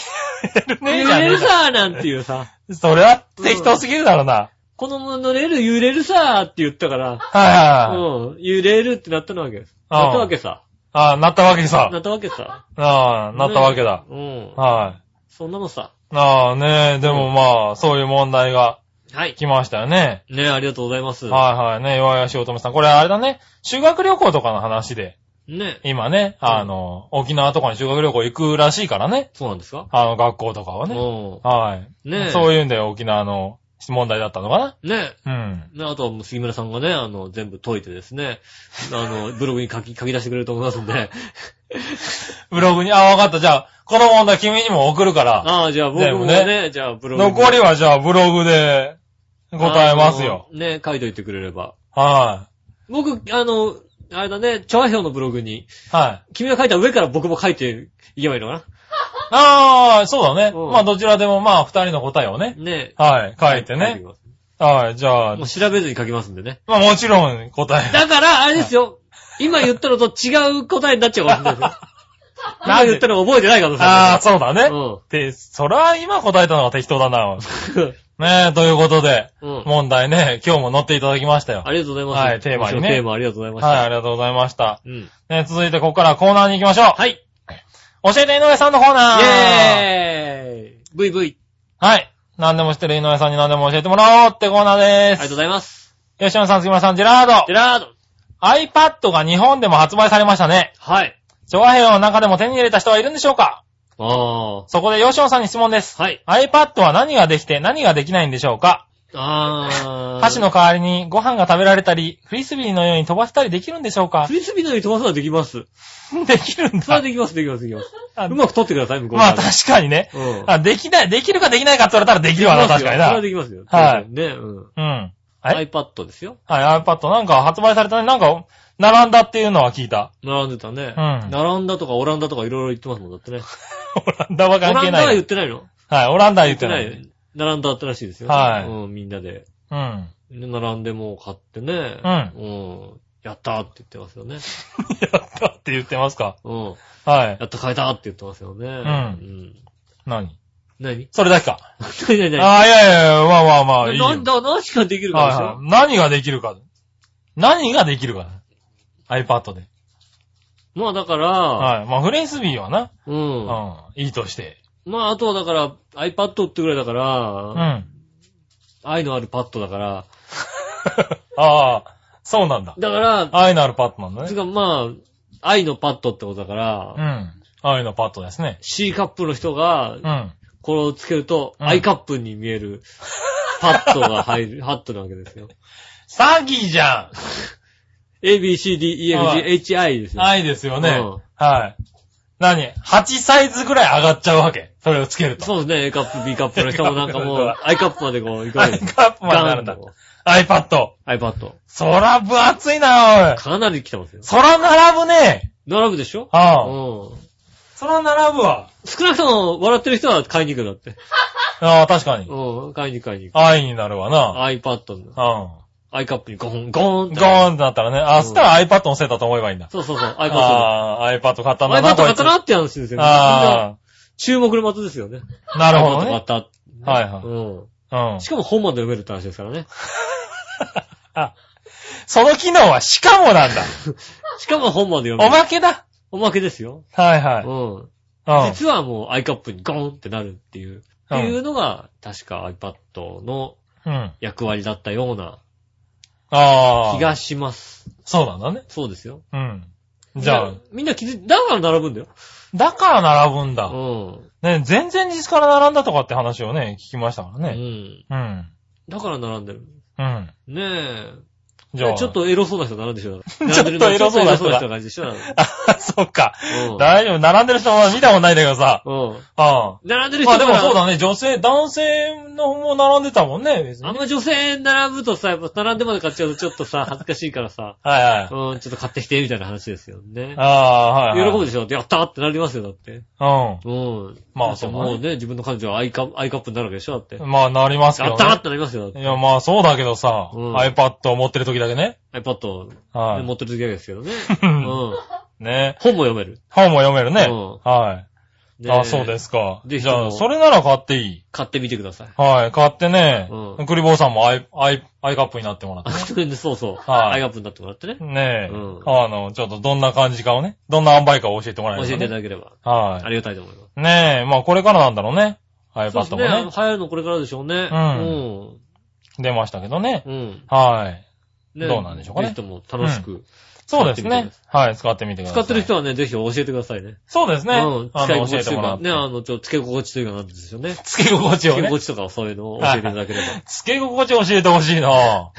B: れるさーなんていうさ。
C: それは適当すぎるだろうな。
B: このモノレール揺れるさーって言ったから、
C: はいはいはい。
B: うん、揺れるってなったのわけです。
C: ああ
B: なったわけさ。
C: ああ、なったわけさ。
B: なったわけさ。
C: ああ、なったわけだ。
B: うん。
C: はい。
B: そんなのさ。
C: ああねえ、でもまあ、そういう問題が
B: はい。
C: 来ましたよね。
B: ねありがとうございます。
C: はいはいね、弱々しい乙女さん。これあれだね、修学旅行とかの話で、
B: ね
C: 今ね、あの、沖縄とかに修学旅行行くらしいからね。
B: そうなんですか
C: あの、学校とかは
B: う
C: ね。
B: ん。
C: はい。
B: ねえ
C: そういうんで沖縄の問題だったのか
B: ね
C: なうん。
B: ね、あとはもう杉村さんがね、あの、全部解いてですね、あの、ブログに書き、書き出してくれると思いますんで、
C: ブログに、あ、わかった。じゃあ、この問題君にも送るから、
B: ああ、じゃあ僕も
C: 全
B: ね、
C: 部
B: じゃあブログに
C: 残りはじゃあブログで答えますよ。。
B: あのね、書いといてくれれば。
C: は
B: 僕、あの、あれだね、調和表のブログに、
C: い。はい。
B: 君が書いた上から僕も書いていけばいいのか
C: ああ、そうだね。
B: うん
C: まあ、どちらでもまあ、二人の答えをね。
B: なね
C: はい、書いて
B: き
C: ね。
B: ます
C: はい、じゃあ
B: もう、調べずに書きますんでね。
C: まあ、もちろん答え。
B: だから、あれですよ。今言ったのと違う答えになっちゃうかもしれないですよ。何言ったのか覚えてないかもしれない。
C: ああ、そうだね。
B: うん
C: で、そら今答えたのは適当だな。ねえ、ということで、
B: うん。
C: 問題ね、今日も乗っていただきましたよ。
B: ありがとうございます。
C: はいテーマ
B: 今週
C: にね
B: のテーマありがとうございました。
C: はい、ありがとうございました。
B: うん。
C: ね、続いてここからコーナーに行きましょう。
B: はい。
C: 教えて井上さんのコーナー。
B: イェーイ !VV!
C: はい。何でも知ってる井上さんに何でも教えてもらおうってコーナー
B: あ
C: で
B: り
C: す。
B: がとうございます。
C: 吉野さん、杉村さん、ジェラード
B: ジェ。ラード
C: iPad が日本でも発売されましたね。
B: はい。
C: 調和平和の中でも手に入れた人はいるんでしょうか
B: あ
C: そこで吉野さんに質問です。
B: あ。はい。
C: iPad は何ができて何ができないんでしょうか
B: ああ。
C: 箸の代わりにご飯が食べられたり、フリスビーのように飛ばせたりできるんでしょ うか
B: フリスビーのように飛ばすのはできます。
C: できるん
B: それは
C: だ。
B: できます、できます、できます。
C: あ
B: うまく取ってください、向こう
C: ま
B: 側
C: あ
B: で。
C: 確かにね。
B: うん。
C: あ、できない、できるかできないかって言われたらできるわな、確かに
B: それは
C: な。
B: できますよ。
C: はい
B: ね、うん。
C: うん。はい。
B: iPad ですよ。
C: はい、iPad なんか発売されたね。なんか、並んだっていうのは聞いた。
B: 並んでたね。
C: うん
B: 並んだとかオランダとかいろいろ言ってますもん、だってね。
C: オランダは
B: オ
C: 関
B: ラ
C: 係
B: ンダは
C: な
B: 言っ
C: い。
B: てないの
C: はい、オランダは
B: 言っ
C: 言っ
B: てて
C: な。
B: ないい。並んだったらしいですよ。
C: はい
B: うん、みんなで。
C: うん。
B: で並んでもう買ってね。。
C: うん
B: うん。やったーって言ってますよね。
C: やったって言ってますか。
B: うん。
C: はい。
B: やった、買えたーって言ってますよね。うんうん。
C: 何
B: 何
C: それだけか。
B: 何何何
C: ああ、いやいやいや、まあまあまあ、いいよ。
B: 何だ、何しかできるかでし
C: はいは
B: ょ
C: い何ができるか。何ができるかな。iPad で。
B: まあだから、
C: はい。まあ、フレンスビーはな。
B: う。
C: うんん。いいとして。
B: まああとはだから iPad ってぐらいだか
C: う
B: ら、
C: ん。
B: 愛のあるパッドだから、
C: ああ、そうなんだ。
B: だから、
C: 愛のあるパッドなんだ
B: つう
C: ね。
B: かまあ、愛のパッドってことだから、
C: うん。愛のパッドですね。
B: C カップの人が、
C: うん。
B: これをつけると、
C: うん
B: I カップに見える、パッドが 入る、ハットなわけですよ。
C: 詐欺じゃ
B: A, B, C, D, E, F,
C: は
B: G,
C: い
B: H, I です
C: ん
B: よ。
C: 愛ですよね
B: うん。
C: はい。何 ?8 サイズぐらい上がっちゃうわけ。それをつけると。
B: そうですね、A カップ、B カップの人もなんか も
C: A
B: う、I カップまでこう、いくわ
C: ア
B: け
C: イ
B: です。
C: カップまでなるん
B: ガ
C: だ
B: ン。と
C: iPad。
B: iPad。
C: そら分厚いな、おい。
B: かなり来てますよ。
C: そら並ぶね。
B: 並ぶでしょう
C: ああ。
B: ん。
C: そら並ぶわ。
B: 少なくとも、笑ってる人は買いに行くんだって。
C: ああ、確かに。
B: うん、買いに行く、買いに行く。
C: 愛になるわな。
B: iPad の、
C: う
B: I カップにゴーン、ゴーンっ
C: ん。
B: て。
C: ゴーンってなったらね。あ、
B: うん
C: そしたら iPad のせいだと思えばいいんだ。
B: そうそうそう、iPad の。
C: ああ、iPad 買ったんだな。
B: iPad 買ったな
C: こ
B: って話です
C: い
B: よ
C: つ
B: ね。
C: あ
B: 注目の的ですよね。
C: あ、なる
B: iPad
C: ほど
B: 買
C: ね。
B: った。
C: はいはい
B: うん。
C: うん。
B: しかも本まで読めるって話ですからね。
C: その機能はしかもなんだ。
B: しかも本まで読め
C: お
B: る。
C: まけだ。
B: おまけですよ。
C: はいうはい。
B: ん。
C: うん。
B: 実はもう i カップにゴーンってなるっていう、っていうのが、確か iPad の
C: うん。あ
B: 役割だったような
C: あ。
B: 気がします。
C: そうなんだね。
B: そうですよ。
C: うん。じゃ
B: み
C: あ
B: んな、みんな気づい、だから並ぶんだよ。
C: だから並ぶんだ。
B: うん。
C: ね、全然日から並んだとかって話をね、聞きましたから
B: う
C: ね。
B: ん。
C: うん。
B: だから並んでる。
C: うん。
B: ねえ。
C: じゃあ。
B: ねちょっ。とエロそうな人並んでしょ。
C: ちょっとエロそうな人
B: 並んでるのはちょっとエロそ
C: だ
B: うな人な感じでしょ。
C: あ、そっか。
B: うん
C: 大丈夫。並んでる人は見たことないんだけどさ。
B: うん。
C: あ
B: 並んで
C: あ。
B: る
C: まあ
B: 人
C: で
B: が
C: もそうだね。女性、男性の方も並んでたもんね。別に
B: あん
C: ね
B: ま女性並ぶとさ、やっぱ並んでまで買っちゃうとちょっとさ、恥ずかしいから さ、
C: はいはい。
B: うん、ちょっと買ってきて、みたいな話ですよね
C: あ。あ、はい、
B: 喜
C: はい。
B: ぶでしょやったーってなりますよ、だって。
C: う
B: うん。
C: まあ
B: だって
C: そうだね
B: もうね、自分の彼女はアイカアイカップになるわけでしょだって。や
C: ん。まあ、なりますけ
B: っ
C: ど
B: たーっ
C: ね。
B: てなりますよ、だって
C: いや、まあ、そうだけどさ、
B: うん
C: iPad を持ってる時だけね。
B: iPad をね
C: はい。
B: 持ってる時だけですけどね。
C: う
B: うん。
C: んね。
B: 本も読める。
C: 本も読めるね。
B: う
C: は
B: ね
C: い。あ、そうですか。
B: で
C: じゃあ、
B: 人も
C: それなら買っていい。
B: 買ってみてください。
C: はい、買ってね。
B: う
C: クリボーさんもアイ、アイ、アイカップになってもらって。
B: そうそう。
C: はい
B: アイカップになってもらってね。
C: ねえ。
B: うん
C: あの、ちょっとどんな感じかをね、どんな塩梅かを教えてもらえ
B: 教
C: る
B: え
C: と
B: て
C: ね
B: いただければ。あ
C: は
B: りがたいと思います。
C: い。ねえ、まあこれからなんだろうね。
B: そうです
C: iPad も
B: ね。流
C: ね、
B: 行るのこれからでしょうね。
C: ん出ましたけどね。
B: うん。うん。
C: はい。
B: ね
C: どうなんでしょうかね
B: ぜひとも楽しく。
C: そうです
B: 使ってみて
C: ね
B: くだ。
C: はい、使ってみてくださ
B: 使
C: い。
B: ってる人はね、ぜひ教えてくださいね。
C: そうですね。
B: うん。
C: あ
B: 使い
C: の、教
B: 心地
C: え
B: と
C: て
B: いう
C: もら
B: か
C: っ、て。
B: ね、あの、ちょ、付け心地というかなんですよね。
C: つけ心地を
B: 付け
C: ね
B: 心。地とかそういうのを教えていただければ。
C: つけ心地を教えてほしい な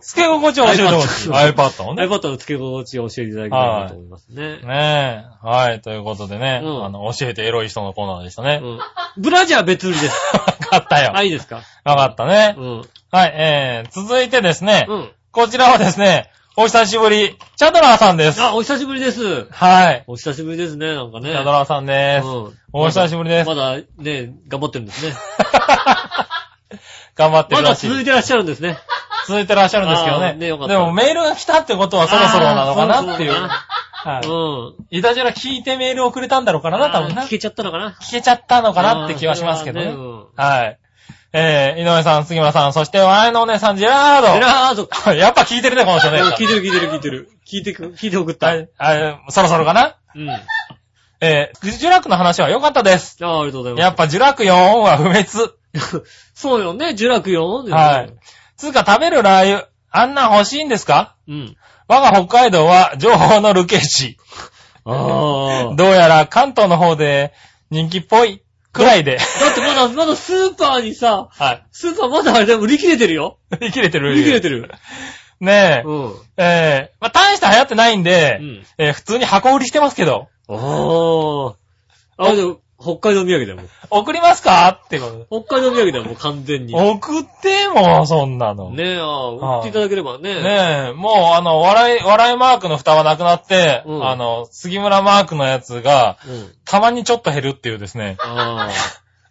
C: つけ心地を教えてほしい。
B: iPad
C: iPad をね。
B: iPad の付け心地を教えていただければと思いますね。
C: ねえ。はい、ということでね。
B: うん
C: あの、教えてエロい人のコーナーでしたね。
B: うん。ブラジャー別売りです。
C: わかったよ。
B: あ、いいですか
C: わかったね
B: う。ん。
C: はい、えー、続いてですね、
B: うん。
C: こちらはですね、お久しぶり、チャドラーさんです。
B: あ、お久しぶりです。
C: はい。
B: お久しぶりですね、なんか
C: チ
B: ね。
C: ャドラーさんです。
B: うん
C: お久しぶりです。
B: まだね、頑張ってるんですね。
C: 頑張って
B: ま
C: る
B: だ
C: らしい。
B: 続いてらっしゃるんですね。
C: 続いてらっしゃるんですけど
B: あ
C: ね。
B: ーねよかった
C: でもメールが来たってことはそろそろなのかなっていう。
B: あー
C: はい。
B: うん。
C: いたじら聞いてメールをくれたんだろうからな、多分な。
B: あー聞
C: 聞
B: けちゃったのかな
C: けちゃったのかなって気はしますけど
B: あ
C: ね
B: ー。そ
C: はい。えー、井上さん、杉村さん、そして笑いのお姉さん、ジェラ
B: れはねうん。え
C: ー
B: らーと、
C: ド。 やっぱ聞いてるね、この人ね。
B: 聞いてる聞いてる聞いてる。聞いてく、聞いて送った。
C: は
B: うん。
C: いあそろそろかな
B: あ
C: えー、ジュラクの話は良かったです。
B: ーありがとうございます。
C: やっぱジュラク4は不滅。
B: そうよね、呪楽よ。
C: はい。つうか食べるラー油、あんなん欲しいんですか
B: うん。
C: 我が北海道は情報のルケシ。
B: ああ。
C: どうやら関東の方で人気っぽいくらいで。
B: だってまだ、まだスーパーにさ、
C: はい。
B: スーパーまだあれでも売り切れてるよ。
C: 売り切れてる。
B: 売り切れて る。
C: ね
B: うん。
C: え。ええまあ、大して流行ってないんで、
B: うん。
C: えー普通に箱売りしてますけど、
B: ああ。あ、でも、北海道土産だよ、も
C: 送りますかってこと。
B: う。北海道土産だよ、もう完全に。
C: 送っても、そんなの。ね
B: ねえ、ああ、売っていただければね。
C: え、もう、あの、笑い、笑いマークの蓋はなくなって、
B: うん
C: あの、杉村マークのやつが、
B: うん。
C: たまにちょっと減るっていうですね。
B: あ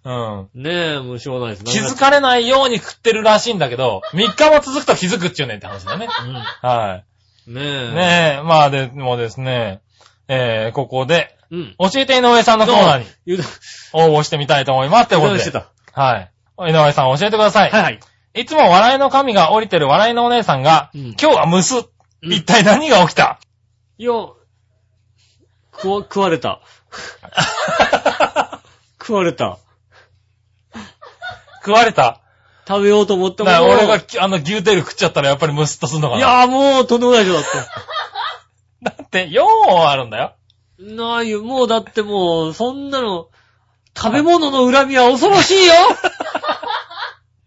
B: あ。
C: うん。
B: ねえ、もうしょうがないです。
C: 気づかれないように食ってるらしいんだけど、3日も続くと気づくっちゅうねんって話だね。は
B: うん。ね
C: い。
B: え。
C: ねえ、まあでもですね、えー、ここで、
B: え。うん。
C: 教えて井上さんのコーナーに
B: 言うだ。
C: 応募してみたいと思います。ということ
B: 油断して
C: で。
B: た。
C: はい。井上さん教えてください。
B: はいはい。
C: いつも笑いの神が降りてる笑いのお姉さんが、
B: うん
C: 今日は蒸す。
B: うん
C: 一体何が起 きた、
B: よ、食わ、食われた。食われた。
C: 食われた。
B: 食べようと思った
C: だ
B: も
C: か
B: の
C: ら
B: を
C: 俺がきあの牛テール食っちゃったらやっぱり蒸すっとすんのかな。
B: い、やーもうとんでもないでしょ、だっ
C: だって4あるんだよ。
B: て。ないよ、もうだってもう、そんなの、食べ物の恨みは恐ろしいよ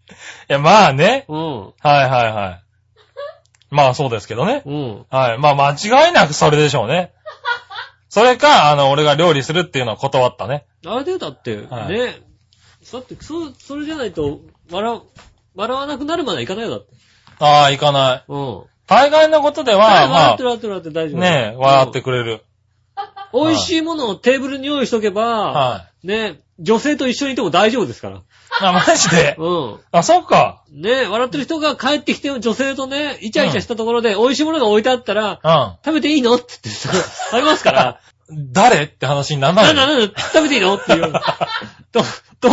C: いや、まあね。
B: うん、
C: はいはいはい。まあそうですけどね。
B: うん。
C: はい。まあ間違いなくそれでしょうね。それか、あの、俺が料理するっていうのは断ったね。
B: あれだよ、だって、
C: はい
B: ね。だって、そ、それじゃないと、笑う、笑わなくなるまではいかないよ、だって。
C: ああ、行かない。
B: うん。
C: 大概のことでは、
B: 笑
C: ま
B: ってる笑ってる笑ってる大丈
C: あ、
B: 夫。
C: ねえ、笑って
B: うん
C: くれる。
B: 美味しいものをテーブルに用意しとけば、
C: は
B: ね、女性と一緒にいても大丈夫ですから。
C: い。あ、マジで。
B: うん。
C: あ、そっか。
B: ね、笑ってる人が帰ってきて女性とね、イチャイチャしたところで美味しいものが置いてあったら、
C: うん。
B: 食べていいのって言ってさ、あります から、
C: 誰って話にならな
B: ないんだ
C: よ。
B: なんだ、食べていいのって いう。ど、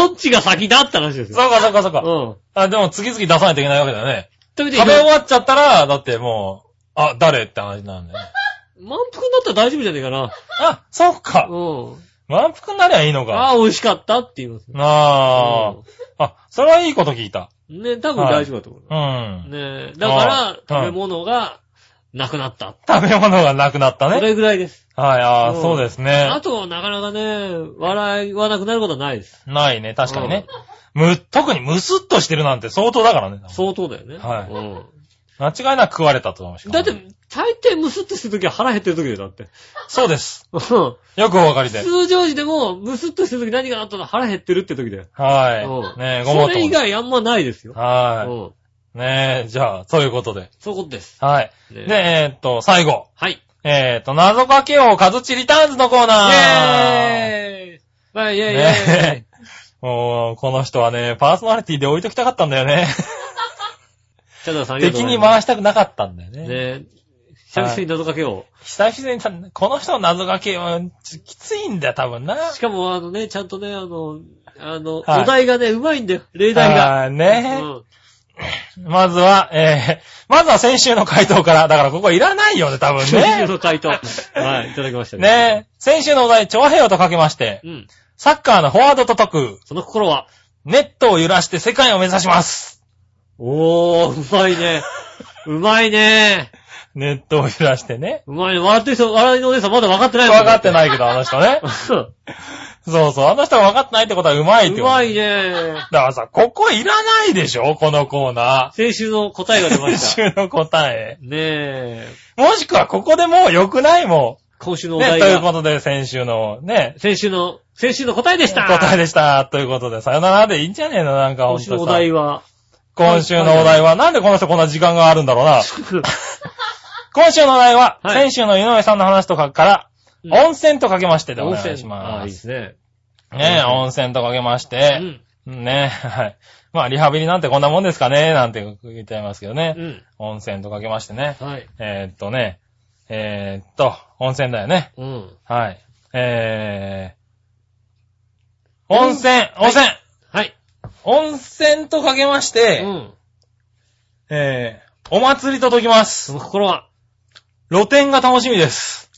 B: どっちが先だって話ですよ。
C: そうかそうかそう
B: う
C: か。
B: ん。
C: あ、でも次々出さないといけないわけだよね。
B: 食べていい
C: 食べ終
B: の
C: わっちゃったら、だってもう、あ、誰って話になるんだよね。
B: 満腹になったら大丈夫じゃねえかな。
C: あ、そっか。
B: うん。
C: 満腹になりゃいいのか。
B: ああ、美味しかったって言いますね。
C: ああ。あ、それはいいこと聞いた。
B: ね、多分大丈夫だと思う。
C: うん。
B: ねだから、
C: あ
B: 食べ物がなくなった。
C: 食べ物がなくなった
B: そ
C: ね。
B: れぐらいです。
C: はい、ああ、
B: うん
C: そうです
B: あ
C: ね。
B: と、なかなかね、笑わなくなることはないです。
C: ないね、確かにね。む、特にムスッとしてるなんて相当だからね。
B: 相当だよね。
C: はい
B: うん。
C: 間違いなく食われたと思います。
B: だって、大抵ムスッとしてるときは腹減ってるときだよ、だ って。
C: そうです。
B: うん
C: よくお分かりで。
B: 通常時でも、ムスッとしてるとき何があったら腹減ってるってときだよ。
C: は
B: うん
C: い。ねえ、ごもっ
B: そ
C: と
B: れ以
C: も。
B: 外あんまないですよ。う
C: は
B: ん。
C: い。ねえ、じゃあ、そういうことで。
B: そういうことです。
C: はい。
B: ね
C: で、えーっと、最後。
B: はい。
C: えーっと、謎かけ王、カズチリターンズのコーナー。
B: イェーイまあ、イェーイイェーイ
C: ねえ。もう、この人はね、パーソナリティで置いときたかったんだよね。
B: チャダさんありがとうござ
C: 敵
B: い
C: に
B: ます
C: 回したくなかったんだよね。
B: ねえ。久々に謎かけよ
C: 久々にた、この人の謎かけは、ちきついんだよ、多分な。
B: う。しかも、あのね、ちゃんとね、あの、あの、お
C: はい
B: 題がね、うまいんだよ。例題が。
C: あー
B: う
C: ね、
B: ん。
C: まずは、えー、まずは先週の回答から。だからここいらないよね、多分
B: 先週
C: ね。
B: の回答。はい、いただきました
C: ね先週のお題、長平洋とかけまして、
B: うん。
C: サッカーのフォワードと解く、
B: その心は、
C: ネットを揺らして世界を目指します。
B: おー、うまいね。うまいね。
C: ネットを揺らしてね。
B: うまいね。笑ってる人、笑いのお姉さんまだ分かってないもん
C: 分かって ないけど、あの人ね。
B: そう
C: そうそう。あの人は分かってないってことはうまいって
B: う
C: こと。
B: まいね。
C: だからさ、ここいらないでしょこのコーナ
B: 先週の答えが出ま
C: ー。
B: した。
C: 先週の答え。
B: ねえ。
C: もしくはここでもう良くないも
B: 今週の
C: ん。
B: お
C: ね、
B: 題
C: という
B: が、
C: ことで、先週のね、
B: 先週の、先週の答えでした。
C: 答え
B: で
C: でした。ということで、さよならでいいんじゃねえのなんか、ほ
B: 今
C: ん
B: 週の
C: と
B: お
C: さ。
B: 題は、
C: 今週のお題は、なんでこの人こんな時間があるんだろうな。今週のお題は、
B: はい
C: 先週の井上さんの話とかから、
B: うん
C: 温泉とかけましてでお
B: 温
C: 願
B: 泉
C: いし。
B: あ
C: ま。
B: いいですすね。
C: ねえ、温泉とかけまし
B: う
C: て、
B: ん。
C: ねえ、はい。まあ、リハビリなんてこんなもんですかね、なんて言ってますけどね。
B: うん。
C: 温泉とかけましてね。
B: はい。
C: えーっとね、えーっと、温泉だよね。
B: うん。
C: はい。えー、温泉、温泉、
B: はい。
C: 温泉とかけまし
B: う
C: て、
B: ん。
C: えー、お祭りと解きます
B: そ。の心は。
C: 露店が楽しみです。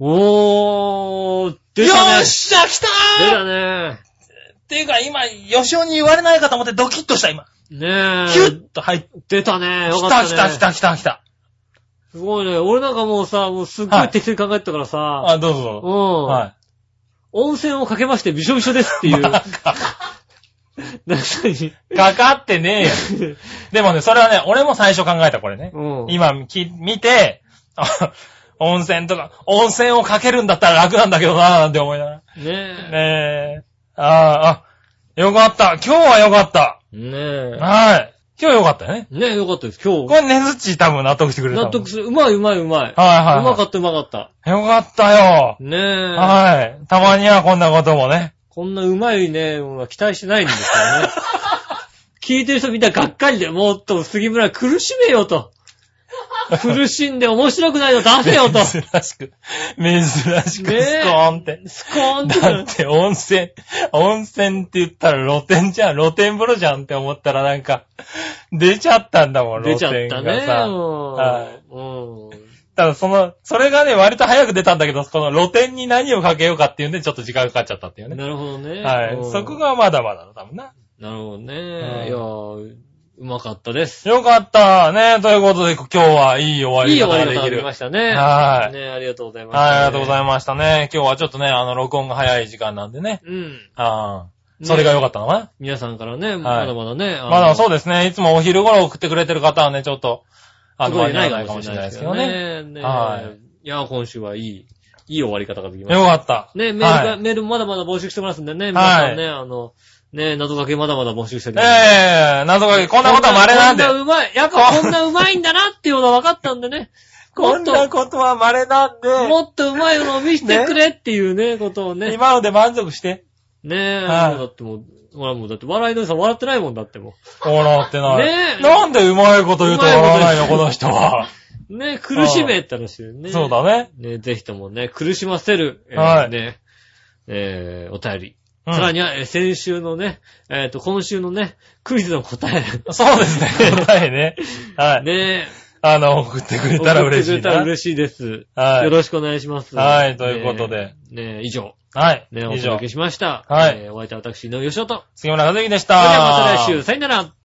B: おー、出た
C: よ
B: ね。
C: っしゃ、来た
B: 出
C: ー
B: たね。
C: っていうか今、吉尾に言われないかと思ってドキッとした、今。
B: ねえ。
C: ヒュッと入って。
B: 出たね。よかっ
C: 来
B: たた、ね。
C: 来た来。た来た来た。
B: すごいね。俺なんかもうさ、もうすっご
C: はいい
B: 適当に考えてたからさ、
C: あ、どうぞ。
B: うん、
C: は
B: 温泉をかけましてびしょびしょですって
C: い。
B: いう。
C: バ
B: な
C: カ
B: に
C: かかってねえよ。でもね、それはね、俺も最初考えた、これね。
B: うん。
C: 今、き、見て、あ温泉とか、温泉をかけるんだったら楽なんだけどなーなんて思いなが
B: ね
C: ら。ねえ。あーあ、よかった。今日はよかった。
B: え。ね
C: はい。今日よかったよね。
B: え。ねえ、よかったです。今
C: こ
B: 日。
C: れ、ねずっち多分納得してくれた。
B: 納得する。うまいうまいうまい。
C: はいはい、は
B: う
C: い。
B: まかったうまかった。
C: よかったよ。
B: ねえ。
C: はい。たまにはこんなこともね。
B: こんなうまいね、ものは期待してないんですから ね。聞いてる人みんながっかりで、もっと杉村苦しめよと。苦しんで面白くないの出せよと。
C: 珍しく、珍しく、
B: ねえ
C: スコーンって。
B: スコーンって
C: だって温泉、温泉って言ったら露天じゃん、露天風呂じゃんって思ったらなんか、出ちゃったんだもん、
B: 出
C: 露
B: ちゃ
C: 天
B: った
C: が
B: ね。
C: さ。
B: も
C: は
B: ううん。
C: ただその、それがね、割と早く出たんだけど、この露天に何をかけようかっていうんで、ちょっと時間がかかっちゃったっていうね。
B: なるほどね。
C: はい
B: うん。
C: そこ。がまだまだだ、多分な。
B: なるほどね。
C: ん
B: いやーうまかったです。
C: よかったね。ということで、今日はいい終わ
B: いい
C: り
B: 終
C: 方
B: わ
C: が
B: り
C: で
B: 方
C: き
B: が
C: る。
B: できましたね。
C: はい
B: ねありがとうございました。
C: はい、ありがとうござ
B: い
C: いましたね。今日はちょっとね、あの、録音が早い時間なんでね。
B: ます。うん。
C: ああ、
B: ね
C: それが良かったのか
B: 皆さんからね、
C: は
B: ま
C: い
B: だまだね。
C: な。まだ
B: う
C: そうですね。いつもお昼頃送ってくれてる方はね、ちょっと、あの、
B: 届いて
C: 間
B: な
C: に
B: いか
C: 合わかも
B: もし
C: し
B: れ
C: れ
B: な
C: ない
B: で
C: いですす
B: け
C: け
B: ど
C: ど
B: ね。ね。
C: ね。はい
B: いや、今週はいい、いい終わり方ができまし
C: よかった。
B: た。ね、メール
C: は
B: が、
C: い
B: メールもまだまだ募集してますんでね、皆さんね、あの、ね、謎かけまだまだ募集してるんで。
C: ええ謎かけ、こんなことは稀なんで
B: こん。なうまい。やっぱこんなうまいんだなっていうのが分かったんでね。もっと、
C: ことは稀なん
B: もっとうまいのを見せてくれっていうね、ことをね。
C: 今ので満足して。
B: ねえ、
C: はい
B: もうだってもう、ほらもうだって笑いのりさん笑ってないもんだっても
C: 笑ってな
B: ねえ
C: い。なんでうまいこと言うと笑わないの、
B: うまいこ
C: ことの人は。
B: う。ねえ、苦しめって話だよね。
C: そうだね。
B: ね、ぜひともね、苦しませる、えー
C: はい
B: ね、えーお便り。
C: うん
B: さらには、えー先週のね、えっ、と、今週のね、クイズの答え、
C: そうですね。答えね。は い。
B: ね、
C: あの、送ってくれたら嬉し
B: 送って くれ
C: い
B: たら
C: な。
B: 嬉しいです。
C: はい
B: よろしくお願いします。
C: はいということで
B: ね。ね、以上、
C: はい。
B: ね、お
C: 以
B: 届
C: 上
B: け。しました。
C: はい
B: えーお相手は私、井上義雄と。
C: 杉村和之でし
B: そ
C: た。
B: れではまた来週、さよなら。